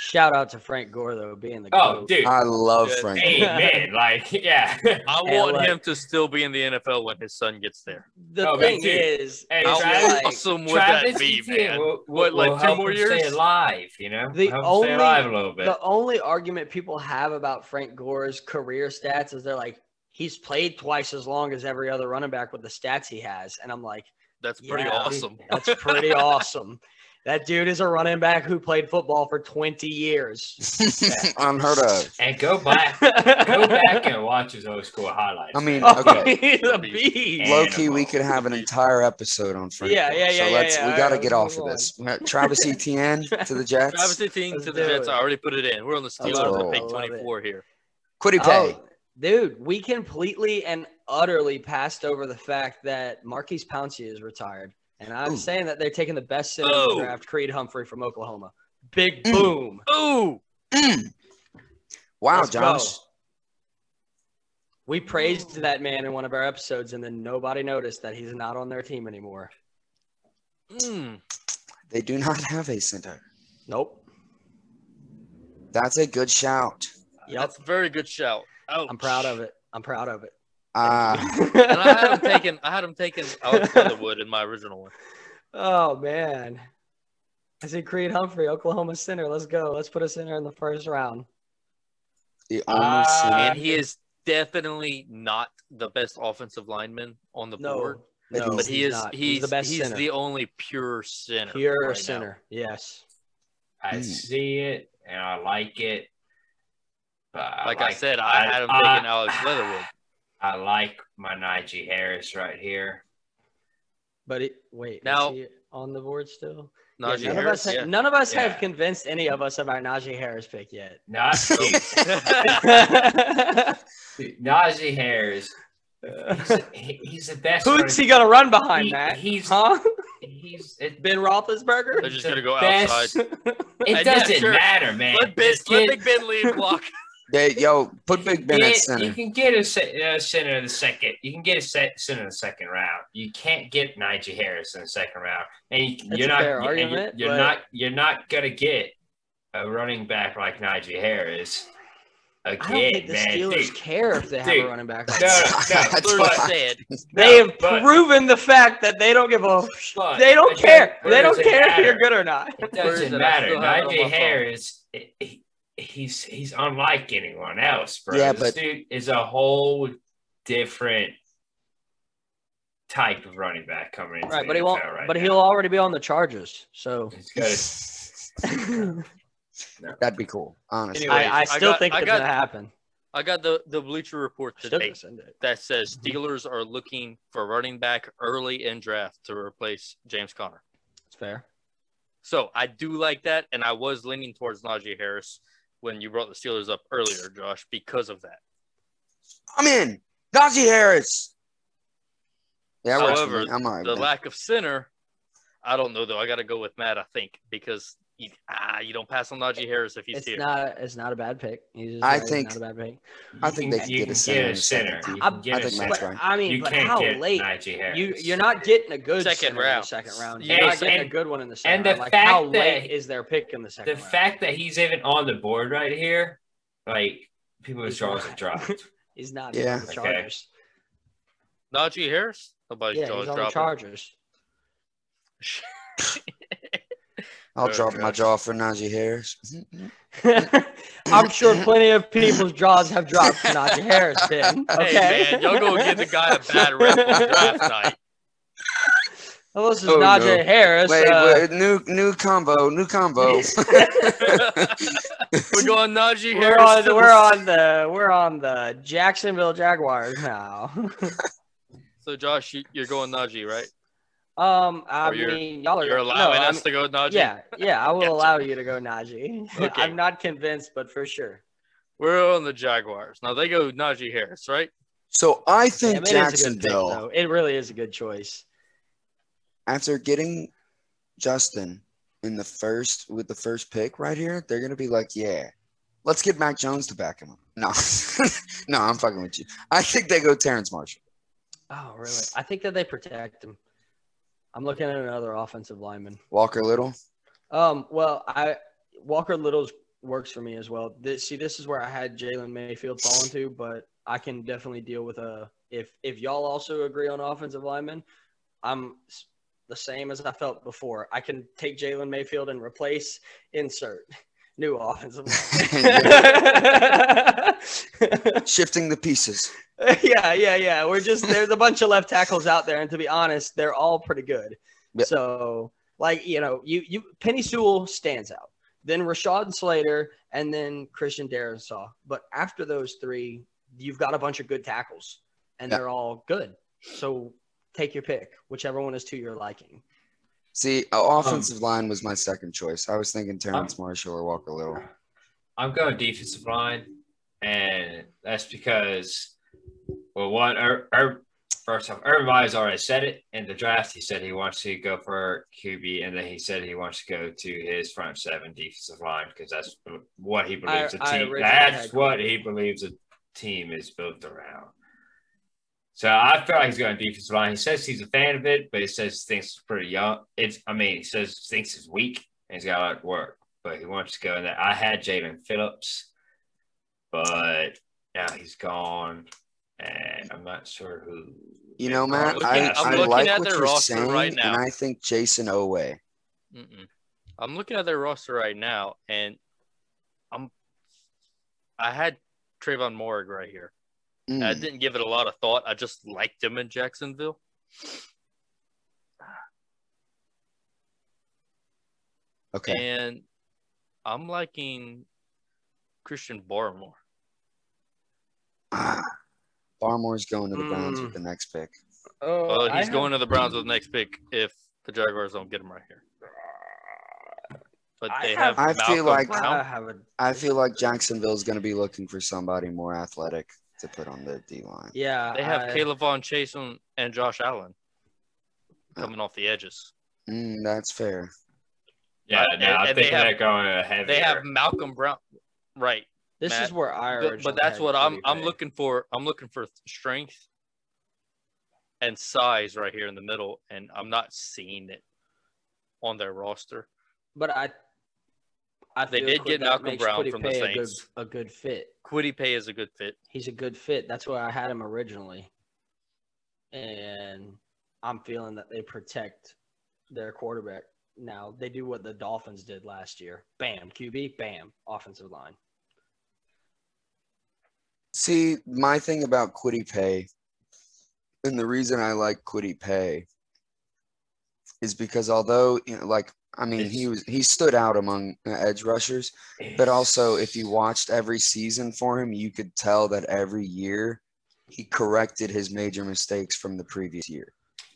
Speaker 2: Shout out to Frank Gore though, being the
Speaker 1: Oh,
Speaker 2: GOAT.
Speaker 1: dude.
Speaker 4: I love
Speaker 3: Good.
Speaker 4: Frank.
Speaker 2: Hey.
Speaker 1: Amen. like, yeah.
Speaker 3: I
Speaker 2: Hey,
Speaker 3: want
Speaker 2: look.
Speaker 3: him to still be in the NFL when his son gets there.
Speaker 2: The
Speaker 1: Oh, me
Speaker 2: thing
Speaker 1: too.
Speaker 2: is,
Speaker 1: Hey,
Speaker 2: I
Speaker 3: How
Speaker 1: Travis-
Speaker 2: feel like
Speaker 3: awesome would that
Speaker 1: Travis
Speaker 3: be,
Speaker 1: Etienne
Speaker 3: man?
Speaker 1: will, will,
Speaker 3: What, like,
Speaker 1: will
Speaker 3: two
Speaker 1: help
Speaker 3: more
Speaker 1: him
Speaker 3: years?
Speaker 1: stay alive, you know?
Speaker 2: The
Speaker 1: help
Speaker 2: only-
Speaker 1: him stay alive a little bit.
Speaker 2: the only argument people have about Frank Gore's career stats is they're like, he's played twice as long as every other running back with the stats he has. And I'm like,
Speaker 3: That's pretty
Speaker 2: Yeah.
Speaker 3: awesome.
Speaker 2: that's pretty awesome. That dude is a running back who played football for 20 years.
Speaker 4: Unheard of.
Speaker 1: and go back, go back and watch his old school highlights.
Speaker 4: I mean,
Speaker 1: man.
Speaker 2: oh,
Speaker 4: okay.
Speaker 2: he's a beast.
Speaker 4: Low key, we
Speaker 1: Animal.
Speaker 4: could have an entire episode on Frank.
Speaker 2: Yeah,
Speaker 4: Gore.
Speaker 2: yeah, yeah,
Speaker 4: So
Speaker 2: yeah,
Speaker 4: let's
Speaker 2: yeah.
Speaker 4: we
Speaker 2: All
Speaker 4: gotta
Speaker 2: right,
Speaker 4: get
Speaker 2: let's
Speaker 4: off
Speaker 2: move
Speaker 4: of this. Travis Etienne to the Jets.
Speaker 3: Travis 18
Speaker 2: Let's
Speaker 3: to the
Speaker 2: do
Speaker 3: Jets. I
Speaker 2: it.
Speaker 3: already put it in. We're on the
Speaker 4: Let's
Speaker 3: Steelers at
Speaker 4: go.
Speaker 2: I
Speaker 3: pick
Speaker 2: love it.
Speaker 3: 24 here.
Speaker 4: Quiddy pay.
Speaker 2: Oh, dude, we completely and utterly passed over the fact that Marquise Pouncey is retired. And I'm
Speaker 4: Ooh.
Speaker 2: saying that they're taking the best center in
Speaker 3: Ooh.
Speaker 2: the draft, Creed Humphrey from Oklahoma. Big
Speaker 4: Mm.
Speaker 2: boom.
Speaker 3: Oh,
Speaker 4: Mm. Wow,
Speaker 2: Let's go.
Speaker 4: Josh.
Speaker 2: We praised that man in one of our episodes, and then nobody noticed that he's not on their team anymore.
Speaker 3: mm.
Speaker 4: They do not have a center.
Speaker 2: Nope.
Speaker 4: That's a good shout.
Speaker 2: Yep.
Speaker 3: Uh, that's a very good shout. Oh,
Speaker 2: I'm proud of it. I'm proud of it.
Speaker 4: Uh,
Speaker 3: And I had him taking. I had him taking Alex Leatherwood in my original one.
Speaker 2: oh man. I see Creed Humphrey, Oklahoma center. Let's go. Let's put a center in the first round.
Speaker 4: the only
Speaker 1: Uh,
Speaker 4: center.
Speaker 3: and he is definitely not the best offensive lineman on the board,
Speaker 2: No.
Speaker 4: But
Speaker 2: No,
Speaker 3: but he
Speaker 2: he's
Speaker 3: is.
Speaker 2: not.
Speaker 3: He's,
Speaker 2: the best
Speaker 3: He's
Speaker 2: center.
Speaker 3: the only pure center.
Speaker 2: pure
Speaker 3: right now.
Speaker 2: center. Yes.
Speaker 1: I
Speaker 3: Hmm.
Speaker 4: Mm.
Speaker 1: see it and I like it. But
Speaker 3: Like, I said, I, had him
Speaker 1: I-
Speaker 3: taking Alex Leatherwood.
Speaker 1: I like my Najee Harris right here.
Speaker 2: But it, wait,
Speaker 3: Now-
Speaker 2: is he on the board still? Yeah,
Speaker 3: Najee
Speaker 2: none
Speaker 3: Harris.
Speaker 2: of us, ha-
Speaker 3: yeah.
Speaker 2: none of us
Speaker 1: Yeah.
Speaker 2: have convinced any of us of our Najee Harris pick yet.
Speaker 1: Not Najee Harris. He's, he- he's the best.
Speaker 2: Who's he
Speaker 1: running-
Speaker 2: gonna run behind,
Speaker 1: He-
Speaker 2: Matt?
Speaker 1: he's-
Speaker 2: huh?
Speaker 1: He's it,
Speaker 2: Ben
Speaker 3: They're
Speaker 2: Roethlisberger.
Speaker 3: just
Speaker 1: the
Speaker 3: gonna go
Speaker 1: best-
Speaker 3: outside.
Speaker 1: it
Speaker 3: And yeah,
Speaker 1: doesn't
Speaker 3: sure.
Speaker 1: matter, man.
Speaker 3: Let, ben,
Speaker 1: This
Speaker 3: let
Speaker 1: kid-
Speaker 3: Big Ben lead block.
Speaker 4: They, yo, put Big Ben
Speaker 1: get-
Speaker 4: at
Speaker 1: You
Speaker 4: center.
Speaker 1: can get a, se- a center in the second. You can get a set center in the second round. You can't get Najee Harris in the second round, and you,
Speaker 2: That's
Speaker 1: you're
Speaker 2: a
Speaker 1: not.
Speaker 2: fair
Speaker 1: and you-
Speaker 2: argument,
Speaker 1: you're
Speaker 2: but-
Speaker 1: not. You're not gonna get a running back like Najee Harris
Speaker 2: I don't
Speaker 1: again,
Speaker 2: think the
Speaker 1: man.
Speaker 2: Steelers
Speaker 1: Dude,
Speaker 2: care if they have
Speaker 1: dude,
Speaker 2: a running back.
Speaker 1: no, no,
Speaker 4: That's
Speaker 1: no,
Speaker 3: Third
Speaker 1: but-
Speaker 4: fine.
Speaker 3: said.
Speaker 2: they have
Speaker 1: but-
Speaker 2: proven the fact that they don't give a.
Speaker 1: but
Speaker 2: They don't
Speaker 1: it
Speaker 2: care.
Speaker 1: doesn't-
Speaker 2: They
Speaker 1: it
Speaker 2: don't
Speaker 1: doesn't
Speaker 2: care if
Speaker 1: matter.
Speaker 2: you're good or not.
Speaker 1: It
Speaker 3: Where is
Speaker 1: doesn't
Speaker 3: it? I
Speaker 1: matter.
Speaker 3: still have it on my
Speaker 1: Najee
Speaker 3: phone.
Speaker 1: Harris, he- he- he's he's unlike anyone else, bro.
Speaker 4: Yeah,
Speaker 1: this
Speaker 4: but-
Speaker 1: dude is a whole different type of running back coming in.
Speaker 2: Right, but he won't. but he'll already be on the Chargers. So
Speaker 1: He's got it.
Speaker 4: That'd be cool, honestly.
Speaker 1: Anyway.
Speaker 2: I, I
Speaker 3: Anyways, I
Speaker 2: still
Speaker 3: got-
Speaker 2: think
Speaker 3: I
Speaker 2: it's
Speaker 3: got-
Speaker 2: gonna happen.
Speaker 3: I got the, the Bleacher Report
Speaker 2: Still
Speaker 3: today
Speaker 2: gonna send it.
Speaker 3: that says Steelers are looking for running back early in draft to replace James Conner.
Speaker 2: It's fair.
Speaker 3: So I do like that, and I was leaning towards Najee Harris when you brought the Steelers up earlier, Josh, because of that.
Speaker 4: I'm in. Najee Harris. Yeah, that works for
Speaker 3: However,
Speaker 4: me. I'm all right.
Speaker 3: the
Speaker 4: with that.
Speaker 3: lack of center, I don't know though. I got to go with Matt, I think, because you, ah, you don't pass on Najee Harris if he's
Speaker 2: it's
Speaker 3: here.
Speaker 2: not it's not a bad pick. He's just
Speaker 4: I
Speaker 2: really
Speaker 4: think-
Speaker 2: not a bad pick.
Speaker 4: I think they
Speaker 1: can-
Speaker 4: could
Speaker 1: you
Speaker 4: get a
Speaker 1: can Get a
Speaker 4: center in the
Speaker 1: center.
Speaker 4: second
Speaker 1: You
Speaker 4: team.
Speaker 1: can get
Speaker 4: I
Speaker 1: a
Speaker 4: think
Speaker 1: center.
Speaker 4: that's
Speaker 2: But,
Speaker 4: right.
Speaker 2: I mean,
Speaker 1: You
Speaker 2: but
Speaker 1: can't
Speaker 2: how
Speaker 1: get
Speaker 2: late?
Speaker 1: Najee Harris.
Speaker 2: You you're not getting a good
Speaker 3: Second
Speaker 2: center in the
Speaker 3: round.
Speaker 2: second round.
Speaker 3: Yes,
Speaker 2: You're not getting
Speaker 1: and-
Speaker 2: a good one in the second.
Speaker 1: and the
Speaker 2: round. Like,
Speaker 1: fact
Speaker 2: how
Speaker 1: that-
Speaker 2: late is their pick in the
Speaker 1: the
Speaker 2: second? round?
Speaker 1: fact that he's even on the board right here, like people are drawing a drop.
Speaker 2: he's not
Speaker 4: Yeah.
Speaker 2: yeah. the
Speaker 1: Okay.
Speaker 2: Chargers.
Speaker 3: Najee Harris, nobody's
Speaker 2: Yeah,
Speaker 3: jaw
Speaker 2: he's on the
Speaker 3: dropping.
Speaker 2: Chargers.
Speaker 4: I'll
Speaker 3: Oh,
Speaker 4: drop my
Speaker 3: God.
Speaker 4: jaw for Najee Harris.
Speaker 2: I'm sure plenty of people's jaws have dropped for Najee Harris. Ben, okay.
Speaker 3: Hey man, y'all gonna give the guy a bad rep on draft night.
Speaker 2: Well, this is
Speaker 4: Oh, no.
Speaker 2: Najee Harris.
Speaker 4: wait,
Speaker 2: uh,
Speaker 4: wait, new new combo, new combo.
Speaker 3: We're going Najee
Speaker 2: We're
Speaker 3: Harris.
Speaker 2: on,
Speaker 3: to the
Speaker 2: we're on the we're on the Jacksonville Jaguars now.
Speaker 3: So Josh, you, you're going Najee, right?
Speaker 2: um, I
Speaker 3: Or Oh, you're-
Speaker 2: mean, y'all are
Speaker 3: You're
Speaker 2: no,
Speaker 3: allowing
Speaker 2: I
Speaker 3: us to go Najee.
Speaker 2: mean- Yeah, yeah, I will
Speaker 3: Gotcha.
Speaker 2: allow you to go Najee.
Speaker 3: Okay.
Speaker 2: I'm not convinced, but for sure.
Speaker 3: We're on the Jaguars now. They go Najee Harris, right?
Speaker 4: so I
Speaker 2: Damn,
Speaker 4: think
Speaker 2: it is a good pick,
Speaker 4: Jacksonville,
Speaker 2: though. it really is a good choice.
Speaker 4: after getting Justin in the first with the first pick right here, they're gonna be like, yeah, let's get Mac Jones to back him up. No, no, I'm fucking with you. I think they go Terrence Marshall.
Speaker 2: Oh, really? I think that they protect him. I'm looking at another offensive lineman.
Speaker 4: Walker Little.
Speaker 2: Um, well, I Walker Little's works for me as well. This, see, this is where I had Jalen Mayfield fall into, but I can definitely deal with a if if y'all also agree on offensive linemen, I'm s- the same as I felt before. I can take Jalen Mayfield and replace insert new offensive lineman.
Speaker 4: Shifting the pieces.
Speaker 2: yeah, yeah, yeah. We're just there's a bunch of left tackles out there, and to be honest, they're all pretty good.
Speaker 4: Yeah.
Speaker 2: So, like you know, you you Penny Sewell stands out, then Rashad Slater, and then Christian Darrisaw. But after those three, you've got a bunch of good tackles, and
Speaker 4: Yeah.
Speaker 2: they're all good. So take your pick, whichever one is to your liking.
Speaker 4: See, uh, offensive line was my second choice. I was thinking Terrence Marshall or Walker Little.
Speaker 1: I'm going defensive line, and that's because, well, one, er, er, first off, everybody's already said it in the draft. He said he wants to go for QB, and then he said he wants to go to his front seven defensive line because that's what he believes
Speaker 2: I- I
Speaker 1: the team.
Speaker 2: originally
Speaker 1: That's
Speaker 2: had-
Speaker 1: what he believes a team is built around. So I feel like he's going defensive line. He says he's a fan of it, but he says he thinks it's pretty young. It's, I mean, he says he thinks it's weak and he's got a lot of work but he wants to go in there. I had Jalen Phillips, but now he's gone, and I'm not sure who.
Speaker 4: You know,
Speaker 1: man.
Speaker 4: Matt,
Speaker 3: looking-
Speaker 4: I,
Speaker 3: I'm
Speaker 4: I
Speaker 3: looking
Speaker 4: like
Speaker 3: at
Speaker 4: what
Speaker 3: their
Speaker 4: you're
Speaker 3: roster
Speaker 4: saying,
Speaker 3: right
Speaker 4: and
Speaker 3: now.
Speaker 4: I think Jason Oway.
Speaker 3: Mm-mm. I'm looking at their roster right now, and I'm I had Trayvon Morrig right here.
Speaker 4: Mm.
Speaker 3: I didn't give it a lot of thought. I just liked him in Jacksonville.
Speaker 4: okay,
Speaker 3: And I'm liking Christian Barmore.
Speaker 4: ah, Barmore's going to the Browns
Speaker 2: Mm.
Speaker 4: with the next pick.
Speaker 3: Well, he's going to the Browns with the next pick if the Jaguars don't get him right here. But
Speaker 2: I
Speaker 3: they
Speaker 2: have-
Speaker 3: have,
Speaker 4: I feel
Speaker 3: Malcolm
Speaker 4: like-
Speaker 2: I
Speaker 3: Brown.
Speaker 2: have a
Speaker 4: I feel like Jacksonville's going to be looking for somebody more athletic to put on the D line.
Speaker 2: yeah.
Speaker 3: They have
Speaker 2: I-
Speaker 3: Caleb Von Chase and- and Josh Allen coming off the edges.
Speaker 4: Mm, that's fair.
Speaker 1: Yeah,
Speaker 3: Uh,
Speaker 1: no,
Speaker 3: and-
Speaker 1: I
Speaker 3: and
Speaker 1: think
Speaker 3: they have-
Speaker 1: they're going to have.
Speaker 3: They have Malcolm Brown. Right.
Speaker 2: This
Speaker 3: Matt,
Speaker 2: is where I
Speaker 3: But, but
Speaker 2: originally
Speaker 3: that's
Speaker 2: had
Speaker 3: what I'm
Speaker 2: Cody
Speaker 3: I'm
Speaker 2: Bay.
Speaker 3: looking for. I'm looking for strength and size right here in the middle, and I'm not seeing it on their roster.
Speaker 2: But I, I
Speaker 3: They
Speaker 2: feel
Speaker 3: did
Speaker 2: Quid-
Speaker 3: get
Speaker 2: that
Speaker 3: Malcolm
Speaker 2: makes
Speaker 3: Brown
Speaker 2: Quiddy
Speaker 3: from the
Speaker 2: Pay a good,
Speaker 3: Saints.
Speaker 2: a good fit.
Speaker 3: Quiddy Pay is a good fit.
Speaker 2: He's a good fit. That's where I had him originally, and I'm feeling that they protect their quarterback. Now they do what the Dolphins did last year. Bam, QB. Bam, offensive line.
Speaker 4: See, my thing about Quiddy Pay, and the reason I like Quiddy Pay, is because although, you know, like, I mean, he was he stood out among uh, edge rushers. But also, if you watched every season for him, you could tell that every year he corrected his major mistakes from the previous year.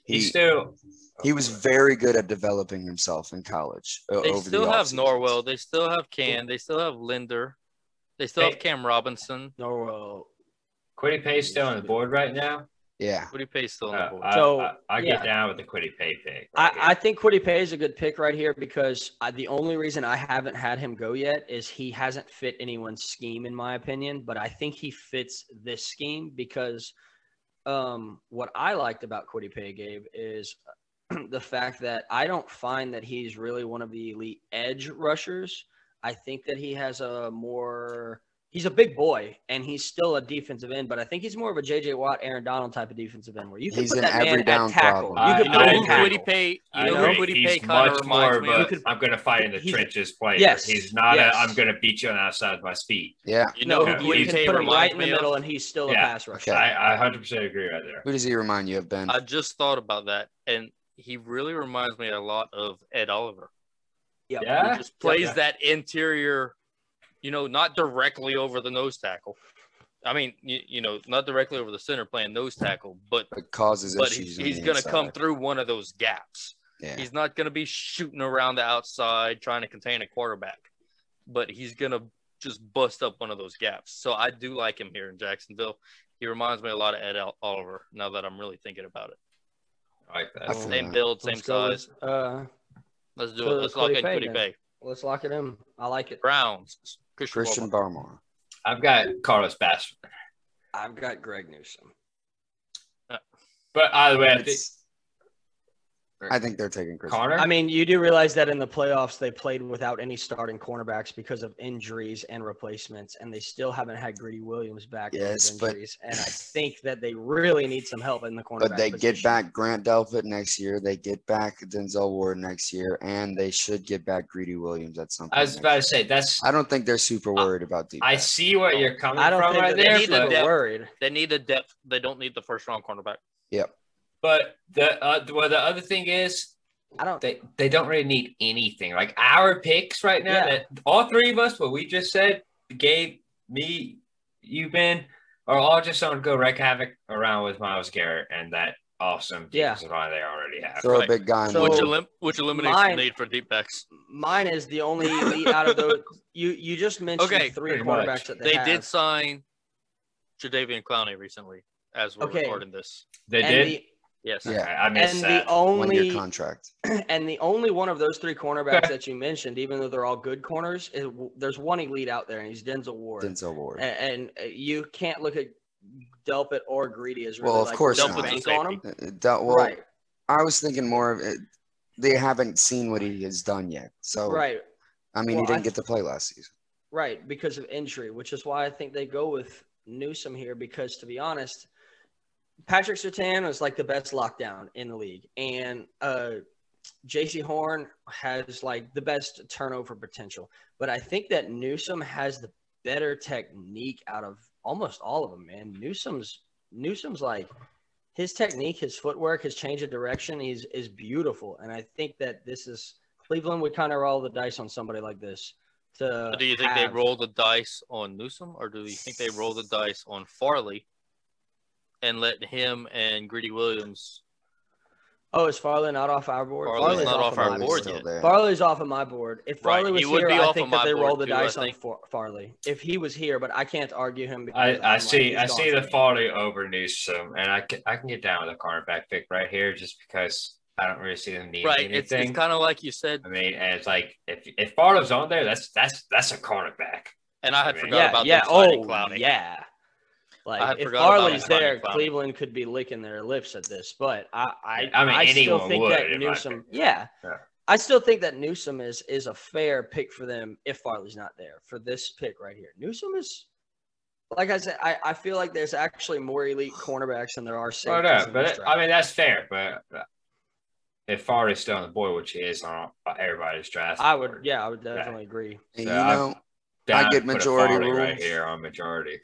Speaker 1: he
Speaker 4: He,
Speaker 1: still
Speaker 4: he was very good at developing himself in college. o-
Speaker 3: They
Speaker 4: Uh, over
Speaker 3: still
Speaker 4: the
Speaker 3: have
Speaker 4: offseason.
Speaker 3: Norwell. They still have Can. They still have Linder. They still
Speaker 1: They-
Speaker 3: have Cam Robinson.
Speaker 2: Norwell
Speaker 1: Quiddy Pay's still on the board right now.
Speaker 4: Yeah.
Speaker 3: What do you pay still on the
Speaker 1: Uh,
Speaker 3: board?
Speaker 1: I,
Speaker 2: So,
Speaker 1: I, I
Speaker 2: yeah.
Speaker 1: get down with the Quiddy Pay pick. right
Speaker 2: I, I
Speaker 1: here.
Speaker 2: think Quiddy Pay is a good pick right here because I, the only reason I haven't had him go yet is he hasn't fit anyone's scheme, in my opinion. But I think he fits this scheme because um, what I liked about Quiddy Pay, Gabe, is the fact that I don't find that he's really one of the elite edge rushers. I think that he has a more. He's a big boy, and he's still a defensive end, but I think he's more of a J.J. Watt, Aaron Donald type of defensive end, where you can
Speaker 4: He's
Speaker 2: put
Speaker 4: an
Speaker 2: that
Speaker 4: every
Speaker 2: man at
Speaker 4: down
Speaker 2: tackle.
Speaker 4: problem.
Speaker 2: You
Speaker 1: I-
Speaker 2: could
Speaker 3: you
Speaker 1: I
Speaker 2: put
Speaker 3: know
Speaker 2: him at
Speaker 3: who
Speaker 1: agree.
Speaker 2: tackle.
Speaker 3: Quiddy Pay?
Speaker 1: I
Speaker 3: You know who
Speaker 1: agree.
Speaker 3: Quiddy Pay
Speaker 1: He's
Speaker 3: kind of
Speaker 1: much more
Speaker 3: reminds
Speaker 1: of
Speaker 3: me of?
Speaker 1: a, I'm going to fight in the
Speaker 2: He's-
Speaker 1: trenches player.
Speaker 2: Yes.
Speaker 1: He's not
Speaker 2: Yes.
Speaker 1: a, I'm going to beat you on the outside of my feet.
Speaker 4: Yeah.
Speaker 3: You
Speaker 2: No,
Speaker 3: know
Speaker 1: Okay.
Speaker 3: who
Speaker 2: you
Speaker 1: He's-
Speaker 3: Quiddy
Speaker 2: can
Speaker 3: Pay
Speaker 2: put him right
Speaker 3: reminds
Speaker 2: in the
Speaker 3: me
Speaker 2: middle,
Speaker 3: of?
Speaker 2: and he's still a
Speaker 1: Yeah.
Speaker 2: pass rusher.
Speaker 4: Okay.
Speaker 1: I, I 100% agree right there.
Speaker 4: Who does he remind you of, Ben?
Speaker 3: I just thought about that, and he really reminds me a lot of Ed Oliver.
Speaker 2: Yep.
Speaker 1: Yeah.
Speaker 3: He just plays
Speaker 1: Yeah.
Speaker 3: that interior, you know, not directly over the nose tackle. I mean, you, you know, not directly over the center playing nose tackle, but
Speaker 4: It causes
Speaker 3: but
Speaker 4: issues.
Speaker 3: he's,
Speaker 4: on
Speaker 3: he's
Speaker 4: the
Speaker 3: going to
Speaker 4: inside.
Speaker 3: come through one of those gaps.
Speaker 4: Yeah.
Speaker 3: He's not going to be shooting around the outside trying to contain a quarterback, but he's going to just bust up one of those gaps. So I do like him here in Jacksonville. He reminds me a lot of Ed Ol- Oliver now that I'm really thinking about it.
Speaker 1: I like that.
Speaker 4: I
Speaker 2: Oh,
Speaker 4: feel
Speaker 3: Same
Speaker 4: that.
Speaker 3: build, same
Speaker 2: Let's go with,
Speaker 3: size.
Speaker 2: uh,
Speaker 3: Let's
Speaker 2: go
Speaker 3: do it.
Speaker 2: with
Speaker 3: Let's lock in
Speaker 2: Quiddy Pay
Speaker 3: Quiddy
Speaker 2: then.
Speaker 3: Pay.
Speaker 2: let's lock it in. I like it.
Speaker 3: Browns. Christian,
Speaker 4: Christian
Speaker 3: Barmore.
Speaker 4: Barmore.
Speaker 1: I've got Carlos Bass.
Speaker 2: I've got Greg Newsom.
Speaker 1: But either way, I think,
Speaker 4: It's- I think they're taking Christian.
Speaker 1: Connor?
Speaker 2: I mean, you do realize that in the playoffs they played without any starting cornerbacks because of injuries and replacements, and they still haven't had Greedy Williams back
Speaker 4: Yes,
Speaker 2: with
Speaker 4: but-
Speaker 2: injuries. And I think that they really need some help in the cornerback.
Speaker 4: But they get
Speaker 2: position.
Speaker 4: back Grant Delpit next year. They get back Denzel Ward next year, and they should get back Greedy Williams at some point.
Speaker 1: I was
Speaker 4: next
Speaker 1: about
Speaker 4: year.
Speaker 1: to say, that's,
Speaker 4: I don't think they're super worried about deep.
Speaker 1: I
Speaker 4: back.
Speaker 1: see where you're coming
Speaker 2: I don't
Speaker 1: from
Speaker 2: think
Speaker 1: right
Speaker 2: that
Speaker 1: there.
Speaker 2: they're
Speaker 3: need a
Speaker 1: but-
Speaker 2: super
Speaker 3: depth.
Speaker 2: worried.
Speaker 3: They need a depth. They don't need the first round cornerback.
Speaker 4: Yep.
Speaker 1: But the uh, well, the other thing is
Speaker 2: I don't.
Speaker 1: they they don't really need anything. Like our picks right now,
Speaker 2: Yeah.
Speaker 1: that all three of us, what we just said, Gabe, me, you, Ben, are all just on go wreck havoc around with Miles Garrett and that awesome
Speaker 2: Yeah.
Speaker 1: defensive line they already have.
Speaker 4: Throw
Speaker 3: right.
Speaker 4: a big guy in
Speaker 2: So-
Speaker 4: the
Speaker 3: which,
Speaker 4: hole.
Speaker 3: elim- which eliminates
Speaker 2: Mine-
Speaker 3: the need for deep backs.
Speaker 2: Mine is the only elite out of those. You you just mentioned
Speaker 3: Okay,
Speaker 2: three
Speaker 1: pretty
Speaker 2: cornerbacks
Speaker 1: much.
Speaker 2: that they,
Speaker 3: They
Speaker 2: have.
Speaker 3: did sign Jadavian Clowney recently as we're
Speaker 2: Okay.
Speaker 3: recording this.
Speaker 1: they
Speaker 2: and
Speaker 1: did.
Speaker 2: the-
Speaker 3: Yes.
Speaker 4: Yeah.
Speaker 1: Okay, I
Speaker 2: and
Speaker 1: missed
Speaker 2: the
Speaker 1: that.
Speaker 4: One year
Speaker 2: only
Speaker 4: contract.
Speaker 2: and the only one of those three cornerbacks
Speaker 1: Okay.
Speaker 2: that you mentioned, even though they're all good corners, is, there's one elite out there, and he's Denzel Ward.
Speaker 4: Denzel
Speaker 2: A-
Speaker 4: Ward.
Speaker 2: And, uh, you can't look at Delpit or Greedy as really
Speaker 4: Well, of
Speaker 2: like
Speaker 4: course
Speaker 2: the
Speaker 4: not.
Speaker 2: bank on him.
Speaker 4: Uh, uh, Del- well,
Speaker 2: right,
Speaker 4: I was thinking more of it. They haven't seen what he has done yet. So
Speaker 2: right,
Speaker 4: I mean,
Speaker 2: Well,
Speaker 4: he didn't
Speaker 2: I-
Speaker 4: get to play last season.
Speaker 2: right, because of injury, which is why I think they go with Newsom here. Because to be honest, Patrick Sertan is like the best lockdown in the league, and uh, J.C. Horn has like the best turnover potential. But I think that Newsom has the better technique out of almost all of them, man. Newsom's Newsom's like his technique, his footwork, his change of direction is is beautiful, and I think that this is Cleveland would kind of roll the dice on somebody like this. To
Speaker 3: So do you think they
Speaker 2: have-
Speaker 3: roll the dice on Newsom or do you think they roll the dice on Farley and let him and Greedy Williams?
Speaker 2: Oh, is Farley not off our board?
Speaker 3: Farley's
Speaker 2: Farley's
Speaker 3: not
Speaker 2: off,
Speaker 3: off
Speaker 2: of
Speaker 3: our
Speaker 2: my
Speaker 4: Farley's
Speaker 3: board
Speaker 4: still
Speaker 3: yet.
Speaker 4: there.
Speaker 2: Farley's off of my board. If
Speaker 3: Right,
Speaker 2: Farley
Speaker 3: he
Speaker 2: was
Speaker 3: would
Speaker 2: here,
Speaker 3: be
Speaker 2: I
Speaker 3: off
Speaker 2: think
Speaker 3: of
Speaker 2: that
Speaker 3: my
Speaker 2: they
Speaker 3: board
Speaker 2: roll the
Speaker 3: too, I
Speaker 2: dice on
Speaker 3: think.
Speaker 2: Fa- Farley. If he was here, but I can't argue him.
Speaker 1: I,
Speaker 2: because I'm
Speaker 1: I
Speaker 2: like,
Speaker 1: see
Speaker 2: he's
Speaker 1: I
Speaker 2: gone
Speaker 1: see
Speaker 2: for
Speaker 1: the
Speaker 2: me.
Speaker 1: Farley over Newsom, and I can I can get down with the cornerback pick right here just because I don't really see them needing
Speaker 3: Right. It's,
Speaker 1: anything.
Speaker 3: it's kind of like you said,
Speaker 1: I mean, and it's like if if Farley's on there, that's that's that's a cornerback.
Speaker 3: and I had
Speaker 1: Yeah,
Speaker 3: forgot
Speaker 2: Yeah,
Speaker 3: about
Speaker 2: yeah.
Speaker 3: them signing
Speaker 2: Oh,
Speaker 3: Clowney.
Speaker 2: yeah.
Speaker 3: I
Speaker 2: Like
Speaker 3: had
Speaker 2: if
Speaker 3: forgot about
Speaker 2: Farley's
Speaker 3: signing
Speaker 2: there,
Speaker 3: Clowney.
Speaker 2: Cleveland could be licking their lips at this. But I, I,
Speaker 1: I mean,
Speaker 2: still
Speaker 1: anyone
Speaker 2: think
Speaker 1: would,
Speaker 2: that
Speaker 1: in my
Speaker 2: Newsom,
Speaker 1: opinion.
Speaker 2: yeah,
Speaker 1: Yeah.
Speaker 2: I still think that Newsom is is a fair pick for them if Farley's not there for this pick right here. Newsom is, like I said, I, I feel like there's actually more elite cornerbacks than there are
Speaker 1: Oh
Speaker 2: safeties.
Speaker 1: no,
Speaker 2: in
Speaker 1: but
Speaker 2: this
Speaker 1: it-
Speaker 2: draft.
Speaker 1: I mean that's fair. But uh, if Farley's still on the board, which he is on uh, everybody's draft,
Speaker 2: I would,
Speaker 1: board,
Speaker 2: yeah, I would definitely agree.
Speaker 4: And
Speaker 1: So
Speaker 4: you
Speaker 1: I've-
Speaker 4: know,
Speaker 1: then
Speaker 4: I
Speaker 1: I'd
Speaker 4: get
Speaker 1: put a
Speaker 4: majority
Speaker 1: Farley right
Speaker 4: rules.
Speaker 1: here on majority.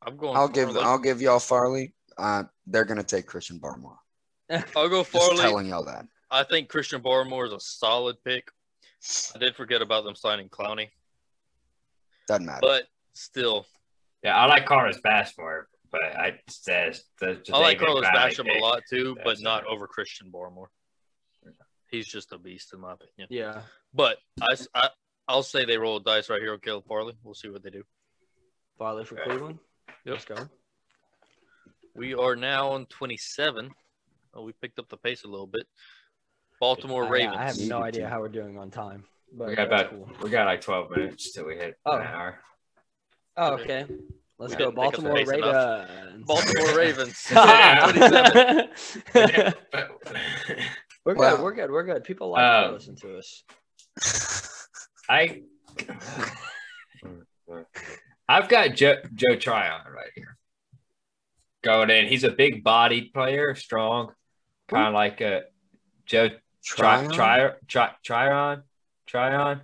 Speaker 3: I'm going.
Speaker 4: I'll give
Speaker 3: Farley.
Speaker 4: I'll give y'all Farley. Uh, they're gonna take Christian Barmore.
Speaker 3: I'll go
Speaker 4: Just
Speaker 3: Farley.
Speaker 4: telling y'all that.
Speaker 3: I think Christian Barmore is a solid pick. I did forget about them signing Clowney,
Speaker 4: Doesn't matter.
Speaker 3: but still,
Speaker 1: Yeah, I like Carlos Bass more, but I says the, the
Speaker 3: I like
Speaker 1: David
Speaker 3: Carlos
Speaker 1: Crowley
Speaker 3: Basham a
Speaker 1: pick.
Speaker 3: lot too, but
Speaker 1: That's
Speaker 3: not
Speaker 1: right.
Speaker 3: over Christian Barmore. He's just a beast in my opinion.
Speaker 2: Yeah,
Speaker 3: But I, I I'll say they roll dice right here on Caleb Farley. We'll see what they do.
Speaker 2: Farley for
Speaker 1: Okay.
Speaker 2: Cleveland.
Speaker 3: Yep.
Speaker 2: Let's go.
Speaker 3: We are now on 27. Oh, we picked up the pace a little bit. Baltimore
Speaker 2: I-
Speaker 3: Ravens.
Speaker 2: I have no
Speaker 4: Ravens.
Speaker 2: idea how we're doing on time. But
Speaker 1: We got
Speaker 2: that's
Speaker 1: about-
Speaker 2: cool.
Speaker 1: We got like 12 minutes till we hit
Speaker 2: Oh.
Speaker 1: an hour.
Speaker 2: Oh, okay. Let's
Speaker 3: We
Speaker 2: go.
Speaker 3: didn't pick up the
Speaker 2: Baltimore
Speaker 3: pace enough.
Speaker 2: Ravens.
Speaker 3: Baltimore Ravens.
Speaker 1: Yeah,
Speaker 2: we're good.
Speaker 4: Wow.
Speaker 2: We're good. We're good. People like
Speaker 1: Um,
Speaker 2: to listen to us.
Speaker 1: I, I've got Joe, Joe Tryon right here going in. He's a big bodied player, strong, kind of like a Joe Try
Speaker 4: Tryon?
Speaker 1: Try Try Tryon Tryon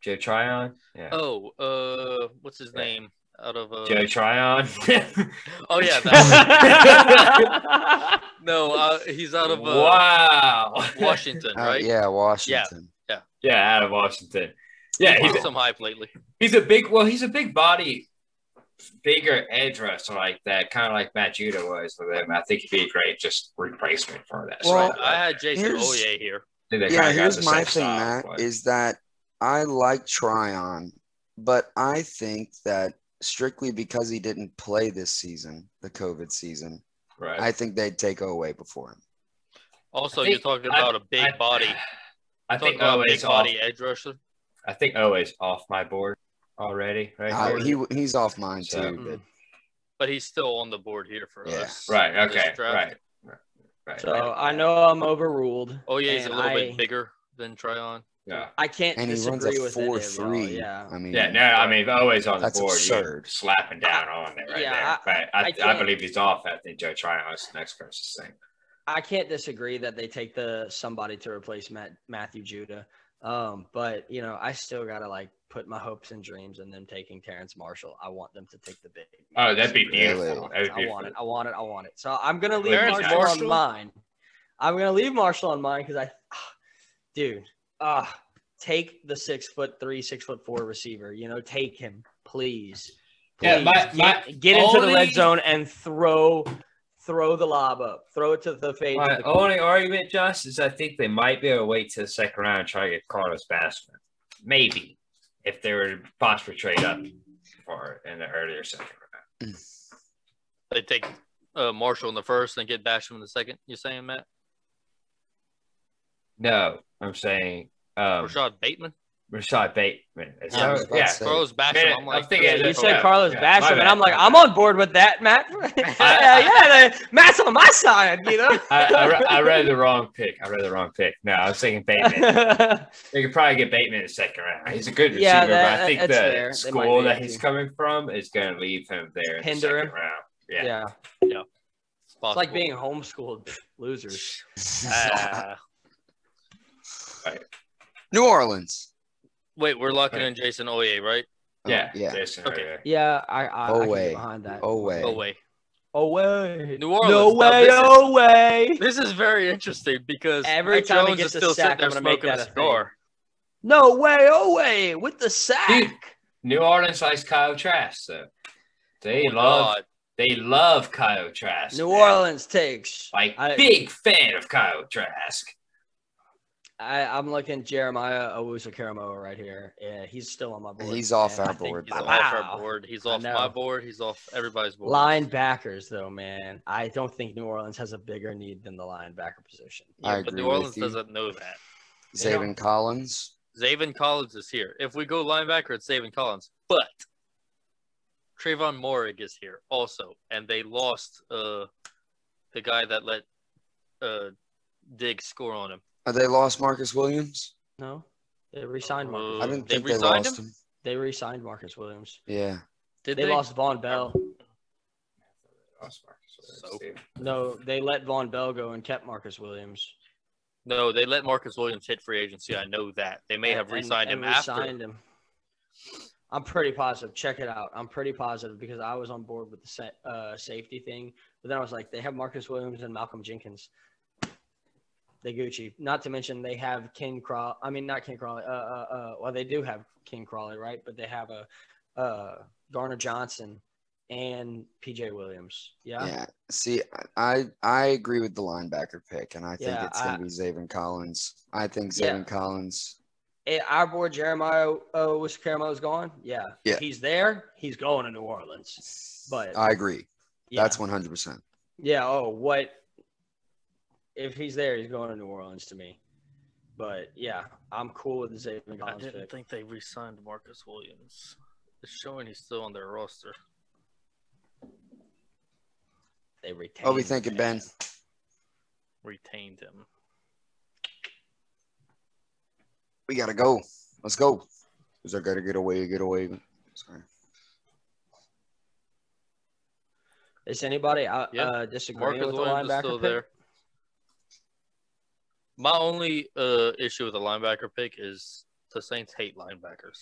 Speaker 1: Joe Tryon. Yeah,
Speaker 3: Oh, uh, what's his
Speaker 1: Yeah.
Speaker 3: name? Out of uh,
Speaker 1: Joe Tryon.
Speaker 3: oh yeah, that
Speaker 1: wow.
Speaker 3: one. no, uh, he's out of uh, Washington,
Speaker 4: Uh,
Speaker 3: right?
Speaker 4: yeah, Washington.
Speaker 1: Yeah, out of Washington. Yeah,
Speaker 3: he's
Speaker 1: he's
Speaker 3: on some hype lately.
Speaker 1: He's a big, well, he's a big body, bigger edge wrestler like that, kind of like Matt Judah was with him. I think he'd be a great just replacement for that.
Speaker 4: Well,
Speaker 1: right?
Speaker 3: I had Jason
Speaker 4: Here's-
Speaker 3: Oye here.
Speaker 1: think they
Speaker 4: Yeah,
Speaker 1: kinda got
Speaker 4: here's
Speaker 1: the
Speaker 4: my
Speaker 1: same
Speaker 4: thing,
Speaker 1: style,
Speaker 4: Matt,
Speaker 1: but-
Speaker 4: is that I like Tryon, but I think that strictly because he didn't play this season, the COVID season,
Speaker 1: right.
Speaker 4: I think they'd take away before him.
Speaker 3: Also,
Speaker 1: I
Speaker 3: you're
Speaker 1: think-
Speaker 3: talking
Speaker 1: I-
Speaker 3: about a big
Speaker 1: I-
Speaker 3: body.
Speaker 1: I
Speaker 3: talking
Speaker 1: think
Speaker 3: about a big
Speaker 1: always off.
Speaker 3: body edge rusher.
Speaker 1: I think always off my board already. Right.
Speaker 4: Uh,
Speaker 1: Jordan?
Speaker 4: he he's off mine
Speaker 1: So-
Speaker 4: too.
Speaker 3: Mm. But he's still on the board here for
Speaker 4: Yeah.
Speaker 3: us.
Speaker 1: right. Okay.
Speaker 3: This draft.
Speaker 1: Right. Right. Right.
Speaker 2: So I know I'm overruled.
Speaker 3: Oh yeah, he's a
Speaker 2: and
Speaker 3: little
Speaker 2: I-
Speaker 3: bit bigger than Tryon.
Speaker 1: Yeah.
Speaker 2: I can't
Speaker 4: And he runs
Speaker 2: disagree
Speaker 4: a
Speaker 2: with any of y'all,
Speaker 4: four three.
Speaker 2: Yeah.
Speaker 4: I mean,
Speaker 1: Yeah. No, I mean, always on the
Speaker 4: That's
Speaker 1: board. you
Speaker 4: absurd.
Speaker 1: Slapping down on it right
Speaker 2: Yeah,
Speaker 1: there.
Speaker 2: I
Speaker 1: But I, I,
Speaker 2: can't-
Speaker 1: believe he's off. I think Joe Tryon is the next closest thing.
Speaker 2: I can't disagree that they take the somebody to replace Matt, Matthew Judah. Um, but you know, I still gotta like put my hopes and dreams in them taking Terrence Marshall. I want them to take the big.
Speaker 1: Oh, that'd be
Speaker 4: Really?
Speaker 1: beautiful. That'd be
Speaker 2: I want
Speaker 1: beautiful.
Speaker 2: it. I want it. I want it. So I'm gonna leave
Speaker 1: Terrence
Speaker 2: Marshall,
Speaker 3: Marshall?
Speaker 2: on mine. I'm gonna leave Marshall on mine because I, ah, dude, ah, take the six foot three, six foot four receiver. You know, take him, please. please.
Speaker 1: Yeah, my-
Speaker 2: get,
Speaker 1: my
Speaker 2: get into the red
Speaker 1: only-
Speaker 2: zone and throw, throw the lob up, throw it to the face. of
Speaker 1: My
Speaker 2: the
Speaker 1: only argument, Josh, is I think they might be able to wait to the second round and try to get Carlos Bassman. Maybe if they were to possibly trade up for in the earlier second round.
Speaker 3: They take uh, Marshall in the first and get Basham in the second. You're saying Matt
Speaker 1: No, I'm saying um, Rashad.
Speaker 3: Rashad Bateman?
Speaker 1: Bateman. Is
Speaker 4: Yeah, I
Speaker 1: that,
Speaker 4: was about to
Speaker 1: yeah.
Speaker 4: say.
Speaker 3: Carlos Basham.
Speaker 1: Man,
Speaker 3: I'm like,
Speaker 1: I'm thinking-
Speaker 2: Yeah, you
Speaker 1: that's
Speaker 2: said
Speaker 1: okay.
Speaker 2: Carlos
Speaker 1: Yeah, my
Speaker 2: Basham,
Speaker 1: bad.
Speaker 2: and I'm like,
Speaker 1: My
Speaker 2: I'm on board with that, Matt. yeah, yeah, Matt's on my side, you know.
Speaker 1: I, I, re- I read the wrong pick. I read the wrong pick. No, I was thinking Bateman. they could probably get Bateman in the second round. He's a good receiver,
Speaker 2: Yeah,
Speaker 1: but I
Speaker 2: that-
Speaker 1: think the
Speaker 2: that's fair. They might
Speaker 1: school
Speaker 2: be
Speaker 1: that
Speaker 2: able
Speaker 1: he's
Speaker 2: to.
Speaker 1: coming from is going to leave him there in
Speaker 2: Hinder
Speaker 1: the second
Speaker 2: him.
Speaker 1: round.
Speaker 2: yeah.
Speaker 1: Yeah.
Speaker 3: It's
Speaker 2: it's
Speaker 3: possible.
Speaker 2: like being homeschooled pff, losers.
Speaker 1: uh,
Speaker 3: Ah.
Speaker 4: New Orleans.
Speaker 3: wait, we're locking in Jason Oye, right?
Speaker 1: oh, Yeah.
Speaker 4: Yeah.
Speaker 1: Jason
Speaker 3: Okay.
Speaker 1: Oyer.
Speaker 2: Yeah, I, I,
Speaker 4: Oh,
Speaker 2: I can
Speaker 4: way.
Speaker 2: get behind that.
Speaker 4: Oh wait.
Speaker 3: Oh wait.
Speaker 2: Oh way.
Speaker 3: New Orleans,
Speaker 2: No
Speaker 3: now
Speaker 2: way.
Speaker 3: this is-
Speaker 2: Oh way.
Speaker 3: This is very interesting because
Speaker 2: Every
Speaker 3: Mac
Speaker 2: time he
Speaker 3: Jones
Speaker 2: gets
Speaker 3: is
Speaker 2: a
Speaker 3: still
Speaker 2: sack,
Speaker 3: sitting
Speaker 2: I'm
Speaker 3: there
Speaker 2: gonna make
Speaker 3: smoking a
Speaker 2: that a thing.
Speaker 3: cigar.
Speaker 2: No way. Oh way. With the
Speaker 1: Dude.
Speaker 2: sack.
Speaker 1: New Orleans likes Kyle Trask, so they
Speaker 3: Oh,
Speaker 1: love
Speaker 3: God.
Speaker 1: they love Kyle Trask.
Speaker 2: New
Speaker 1: man.
Speaker 2: Orleans takes.
Speaker 1: like
Speaker 2: I-
Speaker 1: big fan of Kyle Trask.
Speaker 2: I, I'm looking Jeremiah Owusu Karamoa right here. Yeah, he's still on my board.
Speaker 4: He's off
Speaker 2: man. I
Speaker 4: our
Speaker 2: think-
Speaker 4: board,
Speaker 3: He's
Speaker 4: though.
Speaker 3: off
Speaker 2: Wow.
Speaker 3: our board. He's off
Speaker 2: know.
Speaker 3: my board. He's off everybody's board.
Speaker 2: Linebackers, though, man, I don't think New Orleans has a bigger need than the linebacker position.
Speaker 4: I
Speaker 3: but
Speaker 4: agree
Speaker 3: New Orleans
Speaker 4: with you.
Speaker 3: doesn't know that.
Speaker 4: Zayvon Collins.
Speaker 3: Zaven Collins is here. If we go linebacker, it's Zaven Collins. But Trayvon Morig is here also, and they lost uh, the guy that let uh, Diggs score on him.
Speaker 4: Uh, they lost Marcus Williams.
Speaker 2: No, they re-signed Marcus.
Speaker 4: I
Speaker 3: Uh,
Speaker 4: didn't
Speaker 3: they
Speaker 4: think they
Speaker 3: resigned
Speaker 4: lost
Speaker 3: him?
Speaker 4: him.
Speaker 2: They re-signed Marcus Williams.
Speaker 4: Yeah.
Speaker 3: Did
Speaker 2: they, lost Von Bell.
Speaker 1: So-
Speaker 2: No, they let Von Bell go and kept Marcus Williams.
Speaker 3: No, they let Marcus Williams hit free agency. I know that they may have
Speaker 2: And-
Speaker 3: re-signed
Speaker 2: and
Speaker 3: him after.
Speaker 2: re-signed him. I'm pretty positive. Check it out. I'm pretty positive because I was on board with the set, uh, safety thing, but then I was like, they have Marcus Williams and Malcolm Jenkins. They Gucci. Not to mention they have Ken Crawl. I mean, not Ken Crawley. Uh, uh, uh, well, they do have Ken Crawley, right? But they have a uh, Garner Johnson and PJ Williams. Yeah.
Speaker 4: Yeah. See, I I agree with the linebacker pick, and I think
Speaker 2: Yeah,
Speaker 4: it's gonna
Speaker 2: I-
Speaker 4: be Zayvon Collins. I think
Speaker 2: Yeah.
Speaker 4: Zayvon Collins.
Speaker 2: Eh, our boy Jeremiah uh, was Caramel's gone. Yeah. Uh,
Speaker 4: Yeah.
Speaker 2: He's there. He's going to New Orleans. But
Speaker 4: I agree.
Speaker 2: Yeah.
Speaker 4: That's 100%.
Speaker 2: Yeah. Oh, what? If he's there, he's going to New Orleans to me. But yeah, I'm cool with the Zayvon
Speaker 3: I
Speaker 2: Collins
Speaker 3: didn't
Speaker 2: pick.
Speaker 3: think they re-signed Marcus Williams. It's showing he's still on their roster.
Speaker 2: They retained.
Speaker 4: What we thinking,
Speaker 2: him.
Speaker 4: Ben?
Speaker 3: Retained him.
Speaker 4: We got to go. Let's go. Because I got to get away, get away. Sorry.
Speaker 2: Is anybody out
Speaker 3: Yeah.
Speaker 2: uh, disagreeing
Speaker 3: Marcus
Speaker 2: with the
Speaker 3: Williams is
Speaker 2: linebacker
Speaker 3: still
Speaker 2: pick?
Speaker 3: there. My only uh, issue with the linebacker pick is the Saints hate linebackers.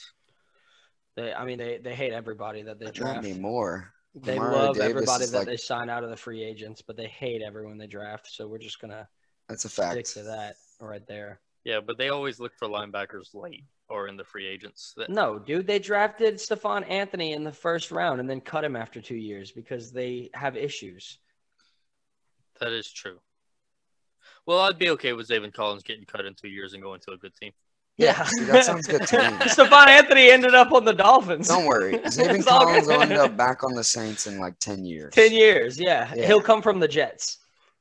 Speaker 2: They, I mean, they, they hate everybody that they
Speaker 4: But Not
Speaker 2: draft.
Speaker 4: anymore.
Speaker 2: They
Speaker 4: Kamara
Speaker 2: love
Speaker 4: Davis
Speaker 2: everybody
Speaker 4: is
Speaker 2: that
Speaker 4: like-
Speaker 2: they sign out of the free agents, but they hate everyone they draft. So we're just gonna
Speaker 4: That's a
Speaker 2: stick
Speaker 4: fact.
Speaker 2: to that right there.
Speaker 3: Yeah, but they always look for linebackers late or in the free agents. That,
Speaker 2: No, dude, they drafted Stephon Anthony in the first round and then cut him after two years because they have issues.
Speaker 3: that is true. Well, I'd be okay with Zayvon Collins getting cut in two years and going to a good team.
Speaker 4: Yeah, see, that sounds good to me.
Speaker 2: Stephon Anthony ended up on the Dolphins.
Speaker 4: Don't worry. Zayvon
Speaker 2: It's all
Speaker 4: Collins will
Speaker 2: good.
Speaker 4: end up back on the Saints in like 10 years.
Speaker 2: Ten years, yeah.
Speaker 4: Yeah.
Speaker 2: He'll come from the Jets.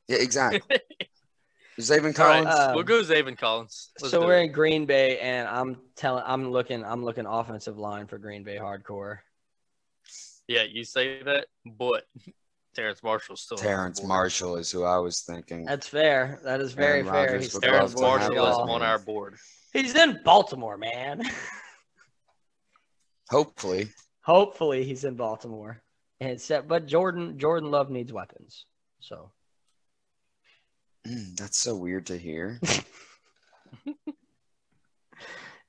Speaker 4: Yeah, exactly. Zayvon
Speaker 3: All right,
Speaker 4: Collins.
Speaker 2: uh,
Speaker 3: we'll go Zayvon Collins. Let's
Speaker 2: so
Speaker 3: do
Speaker 2: we're
Speaker 3: it.
Speaker 2: in Green Bay, and I'm telling, I'm looking, I'm looking offensive line for Green Bay hardcore.
Speaker 3: Yeah, you say that, but Terrence Marshall's
Speaker 2: uh,
Speaker 3: still on the
Speaker 4: Terrence
Speaker 3: board.
Speaker 4: Marshall is who I was thinking.
Speaker 2: That's fair. That is very
Speaker 4: Aaron
Speaker 2: fair.
Speaker 4: Rodgers
Speaker 2: He's
Speaker 4: would
Speaker 2: still on
Speaker 4: love
Speaker 3: Terrence
Speaker 4: to
Speaker 2: board,
Speaker 4: have
Speaker 3: Marshall is
Speaker 4: us,
Speaker 2: y'all.
Speaker 3: on
Speaker 4: man.
Speaker 3: our board.
Speaker 2: He's in Baltimore, man.
Speaker 4: Hopefully.
Speaker 2: Hopefully, he's in Baltimore. And set, but Jordan, Jordan Love needs weapons. So
Speaker 4: Mm, That's so weird to hear.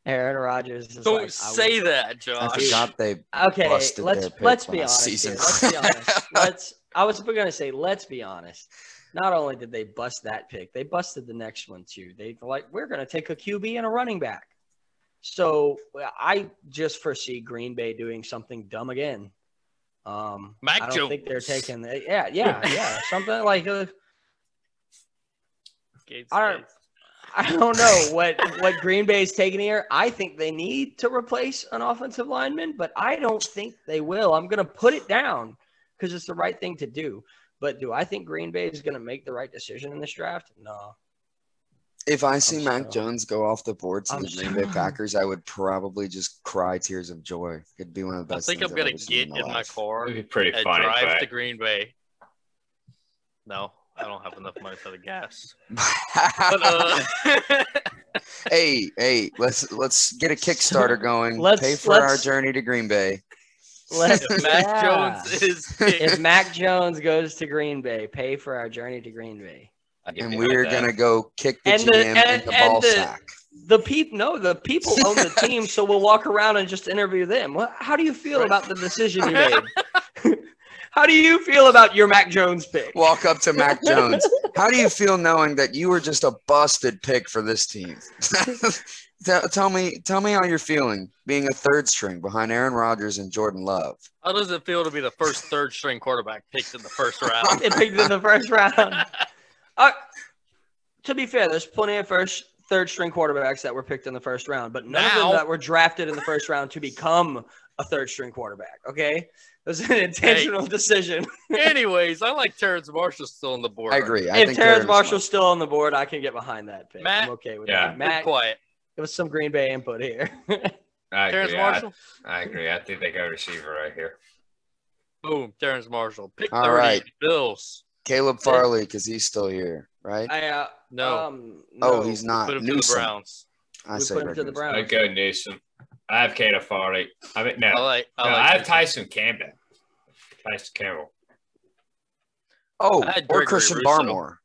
Speaker 2: Aaron Rodgers. Is
Speaker 3: Don't
Speaker 2: like, I
Speaker 3: say
Speaker 2: would-
Speaker 3: that,
Speaker 4: I
Speaker 3: Josh.
Speaker 4: forgot they.
Speaker 2: Okay, let's
Speaker 4: Busted their pick
Speaker 2: let's be
Speaker 4: last
Speaker 2: honest.
Speaker 4: season.
Speaker 2: here. Let's be honest. let's. I was gonna say let's be honest. Not only did they bust that pick, they busted the next one too. They were like we're gonna take a QB and a running back. So I just foresee Green Bay doing something dumb again. Um,
Speaker 3: Mac
Speaker 2: I don't think they're
Speaker 3: Jones.
Speaker 2: taking. Yeah, yeah, yeah. something like. Uh,
Speaker 3: Gates,
Speaker 2: I don't-
Speaker 3: Gates.
Speaker 2: I don't know what what Green Bay is taking here. I think they need to replace an offensive lineman, but I don't think they will. I'm going to put it down because it's the right thing to do. But do I think Green Bay is going to make the right decision in this draft? No.
Speaker 4: If I see
Speaker 2: I'm
Speaker 4: Mac
Speaker 2: sorry.
Speaker 4: Jones go off the board to
Speaker 2: I'm
Speaker 4: the Green Bay
Speaker 2: sorry.
Speaker 4: Packers, I would probably just cry tears of joy. It'd be one of the
Speaker 3: I
Speaker 4: best.
Speaker 3: think I'm
Speaker 4: things I've
Speaker 3: gonna
Speaker 4: ever seen
Speaker 3: get in my
Speaker 4: life.
Speaker 3: car
Speaker 1: It'd be pretty
Speaker 3: and
Speaker 1: funny.
Speaker 3: drive
Speaker 1: but-
Speaker 3: to Green Bay. No, I don't have enough money for the gas. But, uh,
Speaker 4: hey, hey, let's let's get a Kickstarter going.
Speaker 2: Let's-
Speaker 4: pay for
Speaker 2: let's-
Speaker 4: our journey to Green Bay.
Speaker 2: Let's,
Speaker 3: if Mac
Speaker 2: yeah.
Speaker 3: Jones is
Speaker 2: if Mac Jones goes to Green Bay, pay for our journey to Green Bay.
Speaker 1: I'd get
Speaker 4: And
Speaker 1: behind
Speaker 4: we're
Speaker 1: that.
Speaker 4: gonna go kick the
Speaker 2: And the-
Speaker 4: GM in
Speaker 2: and-
Speaker 4: the
Speaker 2: and
Speaker 4: ball
Speaker 2: the-
Speaker 4: sack.
Speaker 2: The people, no, the people own the team, so we'll walk around and just interview them. What, how do you feel
Speaker 4: Right.
Speaker 2: about the decision you made? how do you feel about your Mac Jones pick?
Speaker 4: Walk up to Mac Jones. How do you feel knowing that you were just a busted pick for this team? tell, tell me, tell me how you're feeling being a third string behind Aaron Rodgers and Jordan Love.
Speaker 3: how does it feel to be the first third string quarterback picked in the first round?
Speaker 2: they picked in the first round. Uh, to be fair, there's plenty of first, third string quarterbacks that were picked in the first round, but none of
Speaker 3: Now-
Speaker 2: them that were drafted in the first round to become a third string quarterback. Okay, it was an intentional decision.
Speaker 3: Anyways, I like Terrence Marshall still on the board.
Speaker 4: I agree. I
Speaker 2: if Terrence
Speaker 4: think Aaron's
Speaker 2: Marshall's still on the board, I can get behind that pick.
Speaker 3: Matt-
Speaker 2: I'm okay with
Speaker 1: Yeah.
Speaker 2: that.
Speaker 3: Be
Speaker 2: Matt,
Speaker 3: quiet.
Speaker 2: give us some Green Bay input here.
Speaker 1: I agree.
Speaker 3: Terrence
Speaker 1: I-
Speaker 3: Marshall.
Speaker 1: I, agree. I think they got a receiver right here.
Speaker 3: Boom. Terrence Marshall. Pick
Speaker 4: All
Speaker 3: 30,
Speaker 4: right.
Speaker 3: Bills.
Speaker 4: Caleb Farley because he's still here, right?
Speaker 2: I, uh,
Speaker 3: No.
Speaker 2: um,
Speaker 4: oh,
Speaker 2: no.
Speaker 4: he's not.
Speaker 3: Put him to the
Speaker 4: Newsom.
Speaker 3: Browns.
Speaker 4: I
Speaker 2: we
Speaker 4: say
Speaker 2: put him
Speaker 4: Greg
Speaker 2: to the
Speaker 4: Newsom.
Speaker 2: Browns.
Speaker 1: I'd go Newsom. I have Kata Farley. I mean, no,
Speaker 3: I like. I,
Speaker 1: no,
Speaker 3: like
Speaker 1: I have
Speaker 3: Newsom.
Speaker 1: Tyson Campbell. Tyson Campbell.
Speaker 4: Oh,
Speaker 3: I had
Speaker 4: or
Speaker 3: Gregory
Speaker 4: Christian
Speaker 3: Russo.
Speaker 4: Barmore.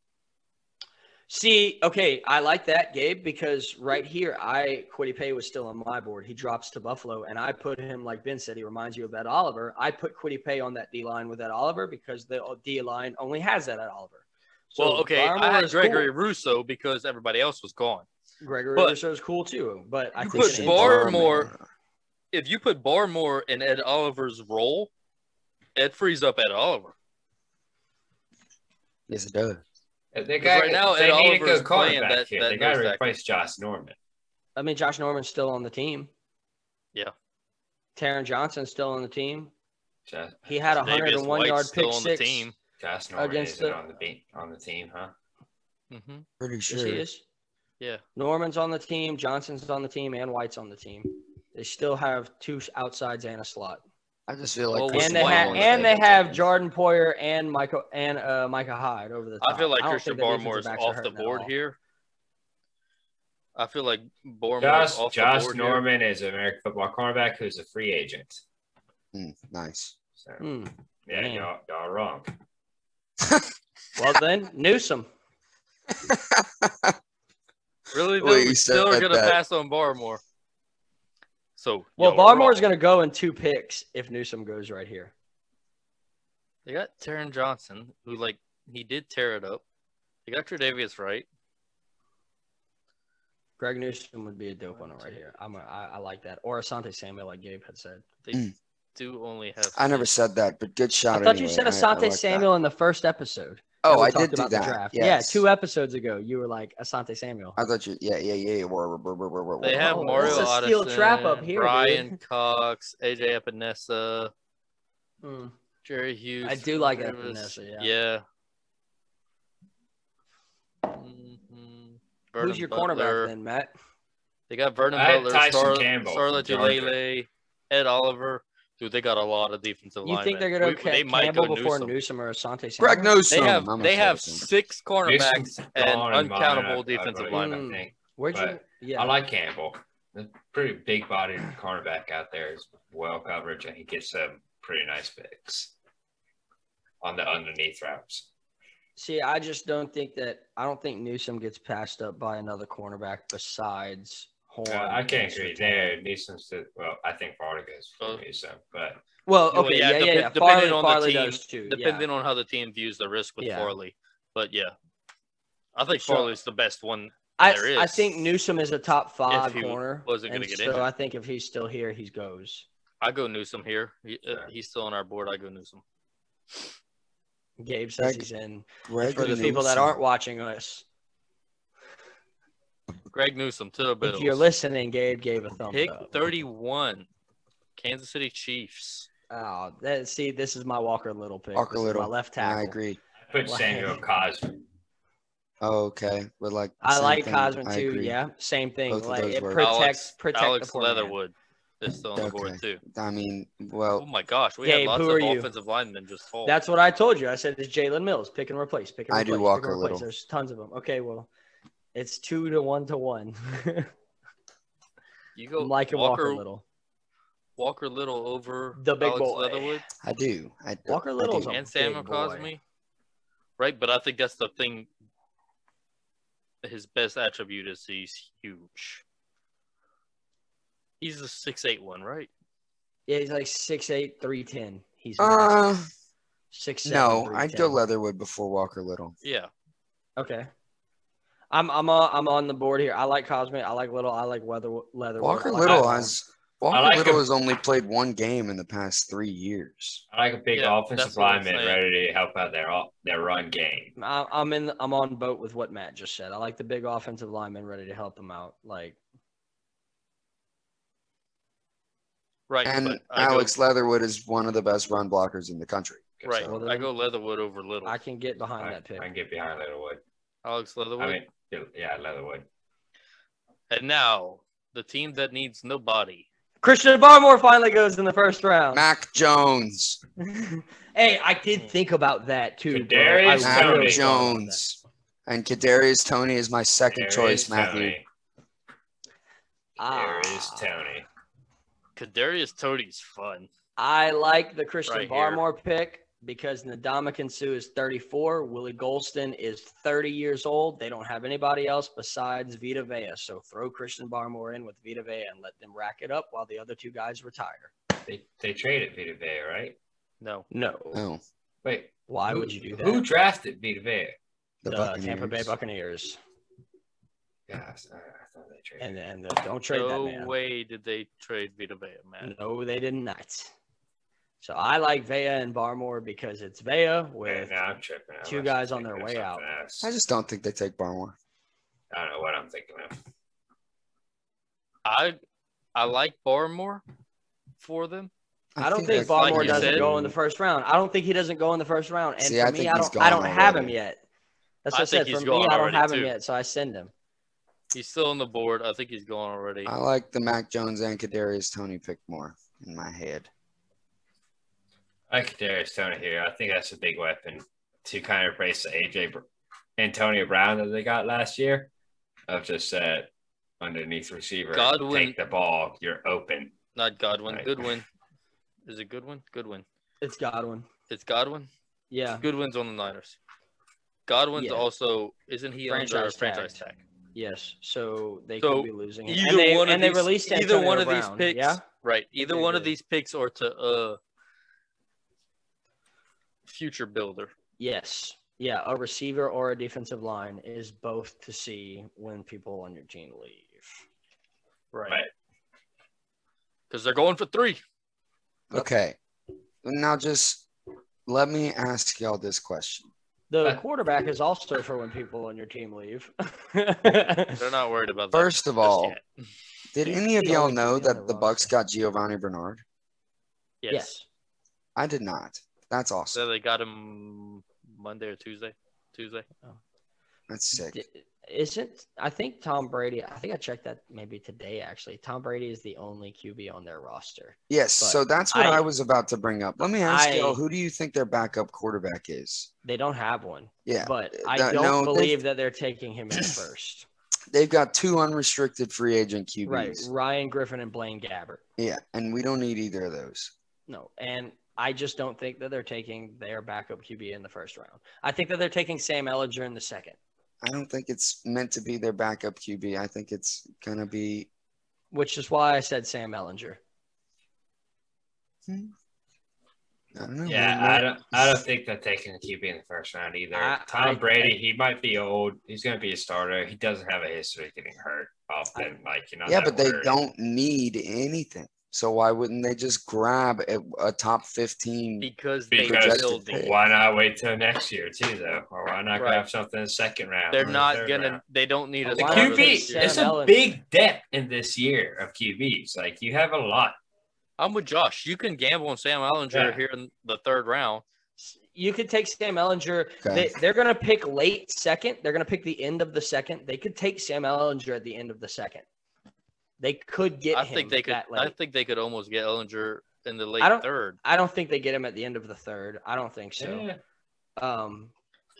Speaker 2: See, okay, I like that, Gabe, because right here, I Quiddy Pay was still on my board. He drops to Buffalo, and I put him, like Ben said, he reminds you of that Oliver. I put Quiddy Pay on that D line with that Oliver because the D line only has that at Oliver. So
Speaker 3: Well, okay.
Speaker 2: Barmore
Speaker 3: I had
Speaker 2: is
Speaker 3: Gregory
Speaker 2: cool.
Speaker 3: Russo because everybody else was gone.
Speaker 2: Gregory
Speaker 3: but-
Speaker 2: Rousseau is cool too, but I
Speaker 3: You
Speaker 2: think
Speaker 3: put
Speaker 2: an
Speaker 4: Christian
Speaker 2: injury-
Speaker 3: Barmore- if you put Barmore in Ed Oliver's role, it frees up Ed Oliver.
Speaker 4: Yes, it does.
Speaker 1: If They
Speaker 3: Because
Speaker 1: got
Speaker 3: right now,
Speaker 1: they need
Speaker 3: Ed
Speaker 1: to go
Speaker 3: Oliver's playing
Speaker 1: quarterback
Speaker 3: that-
Speaker 1: here.
Speaker 3: that
Speaker 1: they got to
Speaker 3: nose
Speaker 1: replace Josh Norman.
Speaker 2: I mean, Josh Norman's still on the team.
Speaker 3: Yeah.
Speaker 2: Taron Johnson's still on the team.
Speaker 1: Ja-
Speaker 2: He had a hundred
Speaker 3: Davis
Speaker 2: and one yard
Speaker 3: White's
Speaker 2: pick
Speaker 3: still on
Speaker 2: six.
Speaker 3: the team.
Speaker 1: Josh Norman
Speaker 2: Against
Speaker 1: isn't
Speaker 2: the-
Speaker 1: on the be- on the team, huh?
Speaker 3: hmm
Speaker 4: Pretty
Speaker 2: Yes,
Speaker 4: sure.
Speaker 2: he is.
Speaker 3: Yeah.
Speaker 2: Norman's on the team, Johnson's on the team, and White's on the team. They still have two outsides and a slot,
Speaker 4: I just feel
Speaker 3: Well,
Speaker 4: like
Speaker 3: Chris
Speaker 2: and they
Speaker 3: White
Speaker 2: have
Speaker 3: on the
Speaker 2: and they have Jordan Poyer and Michael and uh, Micah Hyde over the top.
Speaker 3: I feel like
Speaker 2: don't
Speaker 3: Christian
Speaker 2: think the defensive
Speaker 3: Barmore is
Speaker 2: backs are
Speaker 3: off the
Speaker 2: hurting at
Speaker 3: board
Speaker 2: all.
Speaker 3: here. I feel like Barmore is
Speaker 1: Josh
Speaker 3: off
Speaker 1: Josh
Speaker 3: the board here.
Speaker 1: Norman is an American football cornerback who's a free agent.
Speaker 4: Mm, nice.
Speaker 1: So
Speaker 2: Hmm.
Speaker 1: yeah,
Speaker 2: man.
Speaker 1: y'all y'all are wrong.
Speaker 2: Well then, Newsom.
Speaker 3: Really, though,
Speaker 4: Wait, you
Speaker 3: we
Speaker 4: said
Speaker 3: still are
Speaker 4: that-
Speaker 3: gonna
Speaker 4: that-
Speaker 3: pass on Barmore. So
Speaker 2: Well,
Speaker 3: y'all are
Speaker 2: Barmore's
Speaker 3: wrong.
Speaker 2: going to go in two picks if Newsom goes right here.
Speaker 3: They got Taron Johnson, who like he did tear it up. They got Tre'Davious right.
Speaker 2: Greg Newsom would be a dope on it right here. I'm a, I, I like that. Or Asante Samuel, like Gabe had said.
Speaker 3: They
Speaker 4: Mm.
Speaker 3: do only have.
Speaker 4: I never said that, but
Speaker 2: I
Speaker 4: good shot.
Speaker 2: thought you
Speaker 4: anyway.
Speaker 2: said
Speaker 4: I- I
Speaker 2: Asante
Speaker 4: like that.
Speaker 2: Samuel in the first episode.
Speaker 4: Oh,
Speaker 2: when we
Speaker 4: I
Speaker 2: talked
Speaker 4: did do
Speaker 2: about the
Speaker 4: that.
Speaker 2: draft.
Speaker 4: Yes.
Speaker 2: Yeah, two episodes ago, you were like Asante Samuel.
Speaker 4: I thought you. Yeah, yeah, yeah. Were, were, were, were, were,
Speaker 3: They have
Speaker 2: Oh,
Speaker 3: Mario
Speaker 2: it's a
Speaker 3: Odyssey,
Speaker 2: steel trap up here, dude.
Speaker 3: Brian Cox, AJ Epinesa,
Speaker 2: Mm.
Speaker 3: Jerry Hughes.
Speaker 2: I do like
Speaker 3: Davis.
Speaker 2: Epinesa,
Speaker 3: Yeah. Mhm. Vernon
Speaker 2: Who's your
Speaker 3: Butler.
Speaker 2: cornerback then, Matt?
Speaker 3: They got Vernon
Speaker 1: I had
Speaker 3: Butler,
Speaker 1: Tyson
Speaker 3: Star-
Speaker 1: Campbell
Speaker 3: Starlet
Speaker 1: from Georgia.
Speaker 3: Tulele, Ed Oliver. Dude, they got a lot of defensive
Speaker 2: You
Speaker 3: linemen.
Speaker 2: think they're going
Speaker 3: We-
Speaker 2: to
Speaker 3: they
Speaker 2: okay,
Speaker 3: might
Speaker 2: Campbell
Speaker 3: go
Speaker 2: before
Speaker 3: Newsome.
Speaker 2: Newsom or Asante Samuel?
Speaker 4: Greg Newsom.
Speaker 3: They have
Speaker 4: I'm
Speaker 3: they
Speaker 4: gonna
Speaker 3: have
Speaker 4: say Newsom.
Speaker 3: six cornerbacks
Speaker 1: Newsom's
Speaker 3: and
Speaker 1: gone and
Speaker 3: uncountable
Speaker 1: mine, I- I
Speaker 3: defensive
Speaker 1: vote
Speaker 3: linemen.
Speaker 1: I think.
Speaker 2: Where'd you?
Speaker 1: but
Speaker 2: Hmm, Yeah.
Speaker 1: I like Campbell. A pretty big bodied cornerback out there is well coverage, and he gets some pretty nice picks on the underneath routes.
Speaker 2: See, I just don't think that. I don't think Newsom gets passed up by another cornerback besides Horn.
Speaker 1: Uh, I can't
Speaker 2: and
Speaker 1: agree
Speaker 2: Sertan.
Speaker 1: there. Newsom's to, well, I think Farley goes for
Speaker 3: Well-
Speaker 1: Newsom, but
Speaker 2: Well,
Speaker 3: Well,
Speaker 2: okay,
Speaker 3: yeah,
Speaker 2: yeah, yeah, yeah.
Speaker 3: depen- depending
Speaker 2: Farley,
Speaker 3: on the
Speaker 2: Farley
Speaker 3: team,
Speaker 2: does too. yeah.
Speaker 3: depending on how the team views the risk with
Speaker 2: Yeah.
Speaker 3: Farley. But yeah, I think
Speaker 2: So-
Speaker 3: Farley's the best one.
Speaker 2: I,
Speaker 3: There is.
Speaker 2: I think Newsom is a top five
Speaker 3: he
Speaker 2: corner.
Speaker 3: wasn't gonna
Speaker 2: and
Speaker 3: get
Speaker 2: so
Speaker 3: injured.
Speaker 2: I think if he's still here, he goes.
Speaker 3: I go Newsom here. He, uh,
Speaker 1: Sure.
Speaker 3: He's still on our board. I go Newsom.
Speaker 2: Gabe says
Speaker 4: Greg-
Speaker 2: he's in.
Speaker 4: Greg
Speaker 2: For the
Speaker 4: Newsom.
Speaker 2: people that aren't watching us,
Speaker 3: Greg Newsom to the Bills.
Speaker 2: if you're listening, uh, Gabe gave a thumbs
Speaker 3: Pick
Speaker 2: up.
Speaker 3: 31, Kansas City Chiefs.
Speaker 2: Oh, that, see, this is my Walker Little pick.
Speaker 4: Walker
Speaker 2: This is
Speaker 4: Little.
Speaker 2: my left tackle.
Speaker 4: I agree.
Speaker 1: I put
Speaker 2: Like-
Speaker 1: Samuel Cosby.
Speaker 4: Oh, okay. We're like. the
Speaker 2: I
Speaker 4: same
Speaker 2: like
Speaker 4: thing.
Speaker 2: Cosman
Speaker 4: I
Speaker 2: too.
Speaker 4: agree.
Speaker 2: Yeah, same thing.
Speaker 4: Both of
Speaker 2: like
Speaker 4: those
Speaker 2: it
Speaker 4: work.
Speaker 2: protects
Speaker 3: Alex,
Speaker 2: protect
Speaker 3: Alex
Speaker 2: the poor man.
Speaker 3: Leatherwood is still on the board
Speaker 4: Okay.
Speaker 3: too.
Speaker 4: I mean,
Speaker 3: Oh
Speaker 4: well,
Speaker 3: my gosh, we
Speaker 2: Gabe,
Speaker 3: had lots
Speaker 2: who
Speaker 3: of
Speaker 2: are you?
Speaker 3: offensive linemen just fall.
Speaker 2: That's what I told you. I said it's Jalen Mills, pick and replace, pick and
Speaker 4: I
Speaker 2: replace.
Speaker 4: do
Speaker 2: pick and
Speaker 4: Walker
Speaker 2: replace.
Speaker 4: Little.
Speaker 2: There's tons of them. Okay, well, it's two to one to one.
Speaker 3: you go
Speaker 2: I'm liking Walker,
Speaker 3: Walker,
Speaker 2: Little.
Speaker 3: Walker Little over
Speaker 2: The big
Speaker 3: Alex
Speaker 2: boy.
Speaker 3: Leatherwood.
Speaker 4: I do. I,
Speaker 2: Walker
Speaker 4: I
Speaker 2: Little's
Speaker 4: do.
Speaker 2: a-
Speaker 3: and Sam
Speaker 2: big boy.
Speaker 3: Cosme. Right, but I think that's the thing. His best attribute is he's huge. He's a six eight one, right?
Speaker 2: Yeah, he's like six eight, three ten. He's
Speaker 4: Uh,
Speaker 2: massive. six. seven,
Speaker 4: no,
Speaker 2: three
Speaker 4: I'd
Speaker 2: ten.
Speaker 4: go Leatherwood before Walker Little.
Speaker 3: Yeah.
Speaker 2: Okay. I'm I'm on, I'm on the board here. I like Cosme. I like Little. I like Weather Leatherwood. I
Speaker 4: Walker
Speaker 2: like
Speaker 4: Little
Speaker 2: Hall.
Speaker 4: has. Walker
Speaker 1: like
Speaker 4: Little
Speaker 1: him.
Speaker 4: has only played one game in the past three years.
Speaker 1: I like a big
Speaker 3: Yeah, that's
Speaker 1: offensive
Speaker 3: what I'm
Speaker 1: lineman
Speaker 3: saying.
Speaker 1: ready to help out their their run game.
Speaker 2: I- I'm in. I'm on boat with what Matt just said. I like the big offensive lineman ready to help him out. Like
Speaker 3: Right.
Speaker 4: And
Speaker 3: but I go-
Speaker 4: Alex Leatherwood is one of the best run blockers in the country.
Speaker 1: Good
Speaker 3: right.
Speaker 1: stuff.
Speaker 2: Well,
Speaker 3: I go Leatherwood over Little.
Speaker 2: I can get behind
Speaker 1: I,
Speaker 2: that pick.
Speaker 1: I can get behind Leatherwood.
Speaker 3: Alex Leatherwood.
Speaker 1: I mean, yeah, Leatherwood.
Speaker 3: and now the team that needs nobody.
Speaker 2: Christian Barmore finally goes in the first round.
Speaker 4: Mac Jones.
Speaker 2: hey, I did think about that too. bro.
Speaker 1: Kadarius
Speaker 2: I
Speaker 4: Mac
Speaker 1: Tony.
Speaker 2: really thought about that.
Speaker 4: Jones. And Kadarius Tony is my second
Speaker 1: There
Speaker 4: choice,
Speaker 1: is
Speaker 4: Matthew.
Speaker 1: Tony. There is
Speaker 2: Ah,
Speaker 1: Tony.
Speaker 3: Kadarius Tony's fun.
Speaker 2: I like the Christian
Speaker 3: Right here.
Speaker 2: Barmore pick because Ndamukong Sue is 34. Willie Golston is 30 years old. They don't have anybody else besides Vita Vea. So throw Christian Barmore in with Vita Vea and let them rack it up while the other two guys retire.
Speaker 1: They they traded Vita Vea, right?
Speaker 3: No.
Speaker 2: No.
Speaker 4: Oh,
Speaker 1: Wait,
Speaker 2: Why
Speaker 1: who-
Speaker 2: would you do that?
Speaker 1: Who drafted Vita Vea?
Speaker 4: the
Speaker 2: the
Speaker 4: Buccaneers.
Speaker 2: Tampa Bay Buccaneers.
Speaker 1: Gosh, I I thought they traded.
Speaker 2: And, and the, don't trade
Speaker 3: no
Speaker 2: that man. Mm.
Speaker 3: way did they trade Vita Vea, man.
Speaker 2: No, they did not. So I like Vea and Barmore because it's Vea
Speaker 1: Wait,
Speaker 2: with
Speaker 1: now I'm tripping. I
Speaker 2: two
Speaker 1: must
Speaker 2: guys
Speaker 1: be
Speaker 2: on their
Speaker 1: thinking of
Speaker 2: way out.
Speaker 1: something else.
Speaker 4: I just don't think they take Barmore.
Speaker 1: I don't know what I'm thinking of.
Speaker 3: I I like Barmore for them,
Speaker 2: I, don't
Speaker 4: feel
Speaker 2: think
Speaker 4: like-
Speaker 3: Like
Speaker 2: Baltimore
Speaker 3: you
Speaker 2: doesn't
Speaker 3: said-
Speaker 2: go in the first round. I don't think he doesn't go in the first round. And
Speaker 4: See,
Speaker 2: for
Speaker 4: I
Speaker 2: me,
Speaker 4: think
Speaker 2: I
Speaker 4: he's
Speaker 2: don't, I
Speaker 4: gone
Speaker 2: don't have him
Speaker 4: already.
Speaker 2: yet. That's
Speaker 3: I
Speaker 2: what I said.
Speaker 3: think he's
Speaker 2: For
Speaker 3: gone
Speaker 2: me, I don't
Speaker 3: already,
Speaker 2: have him
Speaker 3: too.
Speaker 2: yet, so I send him.
Speaker 3: He's still on the board. I think he's gone already.
Speaker 4: I like the Mac Jones and Kadarius Tony pick more in my head.
Speaker 1: I like Kadarius Tony here. I think that's a big weapon to kind of replace the AJ Br- Antonio Brown that they got last year of just that underneath receiver.
Speaker 3: Godwin-
Speaker 1: take the ball. You're open.
Speaker 3: Not Godwin.
Speaker 1: Right.
Speaker 3: Goodwin. Is it Goodwin? Goodwin.
Speaker 2: It's Godwin.
Speaker 3: It's Godwin.
Speaker 2: Yeah,
Speaker 3: Goodwin's on the Niners. Godwin's
Speaker 2: Yeah.
Speaker 3: also isn't he under
Speaker 2: Franchise
Speaker 3: franchise
Speaker 2: tag.
Speaker 3: tag?
Speaker 2: yes. So they
Speaker 3: So,
Speaker 2: could be losing. him.
Speaker 3: Either
Speaker 2: and they,
Speaker 3: one of
Speaker 2: and
Speaker 3: these,
Speaker 2: they released
Speaker 3: either
Speaker 2: Antonio
Speaker 3: one of
Speaker 2: Brown,
Speaker 3: these picks,
Speaker 2: Yeah,
Speaker 3: right? Either
Speaker 2: they
Speaker 3: one of
Speaker 2: did.
Speaker 3: these picks or to uh future builder.
Speaker 2: yes, yeah. A receiver or a defensive line is both to see when people on your team leave.
Speaker 1: Right.
Speaker 3: Because they're going for three.
Speaker 4: Okay. Now just let me ask y'all this question.
Speaker 2: The
Speaker 1: Uh,
Speaker 2: quarterback is also for when people on your team leave.
Speaker 3: They're not worried about that.
Speaker 4: First of
Speaker 3: just
Speaker 4: all,
Speaker 3: yet.
Speaker 4: did
Speaker 2: He's
Speaker 4: any of
Speaker 2: the
Speaker 4: y'all
Speaker 2: only
Speaker 4: know
Speaker 2: player on
Speaker 4: that
Speaker 2: the
Speaker 4: the Bucks
Speaker 2: roster.
Speaker 4: got Giovanni Bernard?
Speaker 3: yes.
Speaker 2: yes.
Speaker 4: I did not. That's
Speaker 3: So
Speaker 4: awesome.
Speaker 3: they got him Monday or Tuesday. Tuesday.
Speaker 4: That's sick.
Speaker 2: D- Isn't I think Tom Brady? I think I checked that maybe today. Actually, Tom Brady is the only QB on their roster.
Speaker 4: Yes,
Speaker 2: but
Speaker 4: so that's what I,
Speaker 2: I-
Speaker 4: was about to bring up. Let me ask
Speaker 2: I-
Speaker 4: y'all, who do you think their backup quarterback is?
Speaker 2: They don't have one,
Speaker 4: Yeah,
Speaker 2: but I
Speaker 4: that-
Speaker 2: don't
Speaker 4: no, they-
Speaker 2: believe that they're taking him in first.
Speaker 4: they've got two unrestricted free agent QBs.
Speaker 2: right, Ryan Griffin and Blaine Gabbert.
Speaker 4: Yeah, and we don't need either of those.
Speaker 2: No, and I just don't think that they're taking their backup QB in the first round. I think that they're taking Sam Ellinger in the second.
Speaker 4: I don't think it's meant to be their backup QB. I think it's gonna be
Speaker 2: Which is why I said Sam Ellinger.
Speaker 4: I don't know. man.
Speaker 1: Yeah, I don't. I don't think they're taking a QB in the first round either.
Speaker 2: I-
Speaker 1: Tom
Speaker 2: I-
Speaker 1: Brady, he might be old. He's going to be a starter. He doesn't have a history of getting hurt often. like you know.
Speaker 4: yeah,
Speaker 1: that
Speaker 4: but they
Speaker 1: word.
Speaker 4: don't need anything. So why wouldn't they just grab a, a top fifteen?
Speaker 3: Because they
Speaker 1: Because
Speaker 4: Projected
Speaker 3: building.
Speaker 4: pick.
Speaker 1: why not wait till next year too, though? Or why not
Speaker 3: Right.
Speaker 1: grab something in the second round? or
Speaker 3: They're
Speaker 1: the
Speaker 3: not
Speaker 1: third
Speaker 3: gonna.
Speaker 1: round?
Speaker 3: They don't need a
Speaker 2: The
Speaker 1: The
Speaker 2: Why
Speaker 3: starter
Speaker 1: QB,
Speaker 2: would they
Speaker 3: this
Speaker 2: Sam
Speaker 3: year.
Speaker 1: it's a
Speaker 2: Ellinger?
Speaker 1: big depth in this year of QBs. Like you have a lot.
Speaker 3: I'm with Josh. You can gamble on Sam Ellinger
Speaker 1: Yeah.
Speaker 3: here in the third round.
Speaker 2: You could take Sam Ellinger.
Speaker 4: Okay.
Speaker 2: They, they're going to pick late second. They're going to pick the end of the second. They could take Sam Ellinger at the end of the second. They could get
Speaker 3: I
Speaker 2: him
Speaker 3: think they could.
Speaker 2: that late.
Speaker 3: I think they could almost get Ellinger in the late
Speaker 2: I don't-
Speaker 3: third.
Speaker 2: I don't think they get him at the end of the third. I don't think so.
Speaker 1: Yeah.
Speaker 2: Um,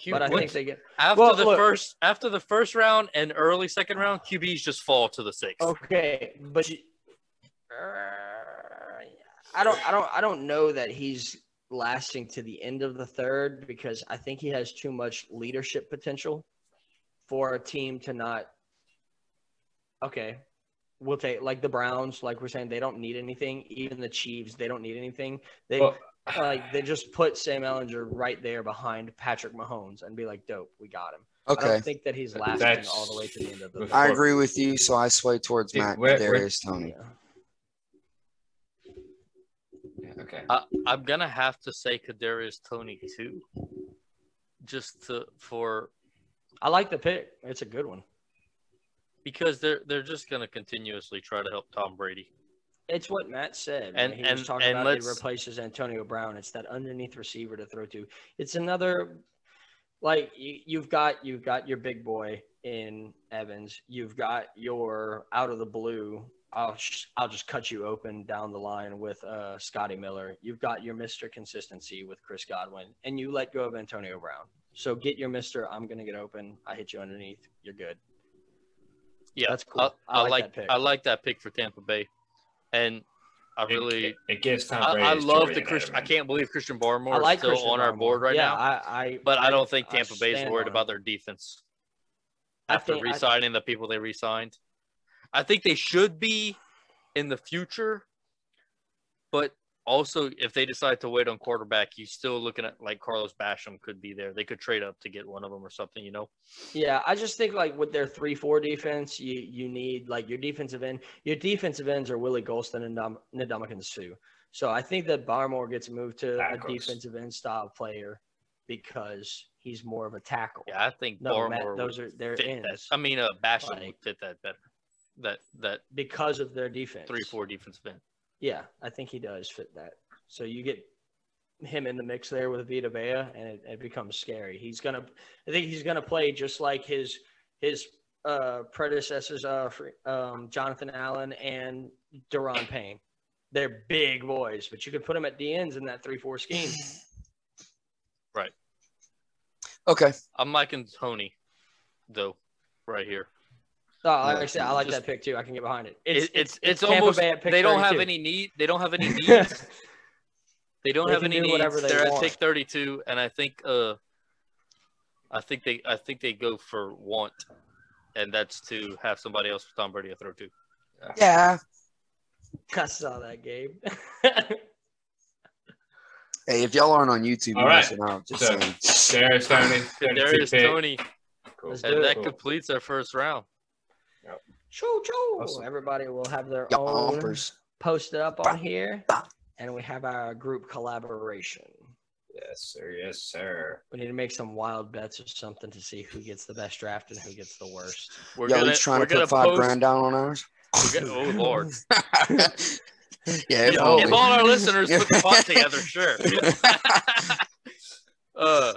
Speaker 2: but I think they get
Speaker 3: after
Speaker 2: Well,
Speaker 3: the
Speaker 2: look-
Speaker 3: first, after the first round and early second round, QBs just fall to the sixth.
Speaker 2: okay, but you- uh, I don't, I don't, I don't know that he's lasting to the end of the third because I think he has too much leadership potential for a team to not. Okay, we'll take like the Browns, like we're saying, they don't need anything. Even the Chiefs, they don't need anything. They
Speaker 1: Well-
Speaker 2: like they just put Sam Ellinger right there behind Patrick Mahomes and be like, dope, we got him. I
Speaker 4: Okay,
Speaker 2: don't think that he's lasting
Speaker 1: That's-
Speaker 2: all the way to the end of the.
Speaker 4: I, agree with you. So I sway towards
Speaker 1: Dude,
Speaker 4: Matt
Speaker 1: where- where-
Speaker 4: Darius Tony.
Speaker 2: Yeah.
Speaker 1: Okay.
Speaker 3: I, I'm gonna have to say Kadarius Tony too, just to for
Speaker 2: I like the pick. It's a good one.
Speaker 3: because they're they're just gonna continuously try to help Tom Brady.
Speaker 2: It's what Matt said. when
Speaker 3: And-
Speaker 2: he
Speaker 3: and-
Speaker 2: was talking
Speaker 3: and
Speaker 2: about it
Speaker 3: let's-
Speaker 2: replaces Antonio Brown. It's that underneath receiver to throw to. It's another like you, you've got you've got your big boy in Evans. You've got your out of the blue. I'll sh- I'll just cut you open down the line with uh, Scotty Miller. You've got your Mister Consistency with Chris Godwin, and you let go of Antonio Brown. So get your Mister. I'm gonna get open. I hit you underneath. You're good.
Speaker 3: Yeah,
Speaker 2: That's cool. I
Speaker 3: I, I
Speaker 2: like
Speaker 3: like
Speaker 2: that pick.
Speaker 3: I like that pick for Tampa Bay, and I
Speaker 1: It-
Speaker 3: really
Speaker 1: It, gives Tom
Speaker 3: I,
Speaker 1: Brady.
Speaker 3: I
Speaker 1: his
Speaker 3: love
Speaker 1: jury
Speaker 3: the
Speaker 1: in
Speaker 3: Christian. I
Speaker 1: Letterman.
Speaker 3: can't believe Christian Barmore
Speaker 2: I like
Speaker 3: is still
Speaker 2: Christian
Speaker 3: on our
Speaker 2: Barmore.
Speaker 3: board right
Speaker 2: yeah,
Speaker 3: now.
Speaker 2: I, I
Speaker 3: but I don't think
Speaker 2: I
Speaker 3: Tampa Bay is
Speaker 2: stand
Speaker 3: worried
Speaker 2: on
Speaker 3: about their defense
Speaker 2: I
Speaker 3: after
Speaker 2: think- I-
Speaker 3: re-signing the people they re-signed. I think they should be in the future, but also if they decide to wait on quarterback, you still looking at like Carlos Basham could be there. They could trade up to get one of them or something, you know.
Speaker 2: Yeah, I just think like with their three four defense, you you need like your defensive end. Your defensive ends are Willie Golston and Ndam- Ndamukong Suh. So I think that Barmore gets moved to a
Speaker 1: Tackles.
Speaker 2: defensive end style player because he's more of a tackle.
Speaker 3: Yeah, I think
Speaker 2: no,
Speaker 3: Barmore
Speaker 2: Matt,
Speaker 3: would
Speaker 2: those are their
Speaker 3: fit that.
Speaker 2: ends
Speaker 3: I mean, uh, Basham would
Speaker 2: Like-
Speaker 3: fit that better. That that
Speaker 2: because of their defense.
Speaker 3: three four defensive end.
Speaker 2: Yeah, I think he does fit that. So you get him in the mix there with Vita Vea, and it, it becomes scary. He's gonna, I think he's gonna play just like his his uh, predecessors, uh, fr- um, Jonathan Allen and Deron Payne. They're big boys, but you could put them at the ends in that three-four scheme.
Speaker 4: Okay.
Speaker 3: I'm liking Tony, though, right here.
Speaker 2: Oh, like I said, I like
Speaker 3: Just-
Speaker 2: that pick too. I can get behind it.
Speaker 3: It's it's it's,
Speaker 2: Tampa
Speaker 3: almost
Speaker 2: Bay at pick
Speaker 3: they don't have
Speaker 2: 32.
Speaker 3: any need. They don't have any needs. they don't
Speaker 2: They
Speaker 3: have
Speaker 2: can
Speaker 3: any
Speaker 2: do
Speaker 3: needs.
Speaker 2: whatever they
Speaker 3: They're
Speaker 2: want.
Speaker 3: at pick 32, and I think uh, I think they I think they go for want, and that's to have somebody else for Tom Brady to throw to.
Speaker 4: Yeah.
Speaker 2: I saw that, Gabe.
Speaker 4: Hey, if y'all aren't on YouTube,
Speaker 1: All
Speaker 4: you're
Speaker 1: right.
Speaker 4: missing out. Just
Speaker 1: So-
Speaker 4: saying.
Speaker 1: There's Tony.
Speaker 3: There is Tony,
Speaker 1: Cool.
Speaker 2: Let's do
Speaker 3: and
Speaker 2: it.
Speaker 3: that completes our first round.
Speaker 2: choo choo!
Speaker 1: Awesome.
Speaker 2: Everybody will have their own
Speaker 4: Yompers.
Speaker 2: posted up on here,
Speaker 4: bah.
Speaker 2: and we have our group collaboration.
Speaker 1: Yes, sir. Yes, sir.
Speaker 2: We need to make some wild bets or something to see who gets the best draft and who gets the worst.
Speaker 3: We're
Speaker 4: Yo,
Speaker 3: gonna
Speaker 4: he's trying
Speaker 3: we're
Speaker 4: to
Speaker 3: gonna
Speaker 4: put five
Speaker 3: post,
Speaker 4: grand down on ours.
Speaker 3: we're gonna- oh lord!
Speaker 4: yeah, if
Speaker 3: Yo,
Speaker 4: only.
Speaker 3: if all our listeners put the pot together, sure. uh,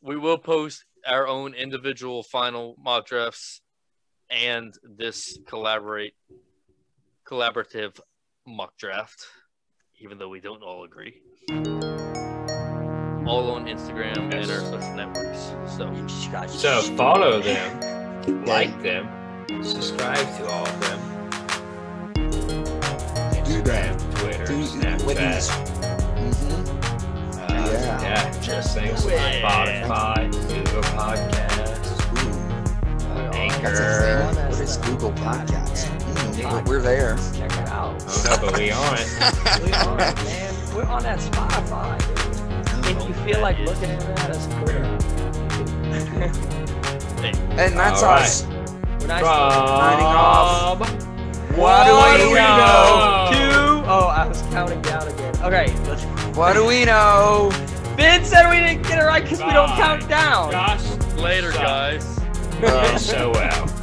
Speaker 3: we will post our own individual final mock drafts and this collaborate collaborative mock draft, even though we don't all agree. All on Instagram and our social networks. So
Speaker 2: You just got
Speaker 1: So follow them, like them, subscribe to all of them.
Speaker 4: Do that.
Speaker 1: Instagram, Twitter,
Speaker 4: Do that with these.
Speaker 1: Snapchat.
Speaker 4: Mhm.
Speaker 1: Uh,
Speaker 4: Yeah.
Speaker 1: yeah. just things
Speaker 3: Do
Speaker 1: like
Speaker 3: it.
Speaker 1: Spotify, Google Podcasts,
Speaker 4: Ooh,
Speaker 1: uh,
Speaker 4: that's
Speaker 1: Anchor.
Speaker 4: a thing. mm-hmm. What is Google Podcasts? Mm, we're there.
Speaker 2: Check it out.
Speaker 1: I don't know, Oh, but we aren't.
Speaker 2: we are, man. We're on that Spotify. dude. If you feel like looking at that, that's cool.
Speaker 4: And that's
Speaker 1: All right.
Speaker 4: us.
Speaker 2: We're not
Speaker 1: Signing
Speaker 2: off.
Speaker 4: What do we know?
Speaker 2: Two. Oh, I was counting down again. Okay, let's.
Speaker 4: What do we know?
Speaker 2: Ben said we didn't get it right because we don't
Speaker 1: Bye.
Speaker 2: count down.
Speaker 1: Gosh,
Speaker 3: later, guys.
Speaker 4: Uh,
Speaker 1: so well.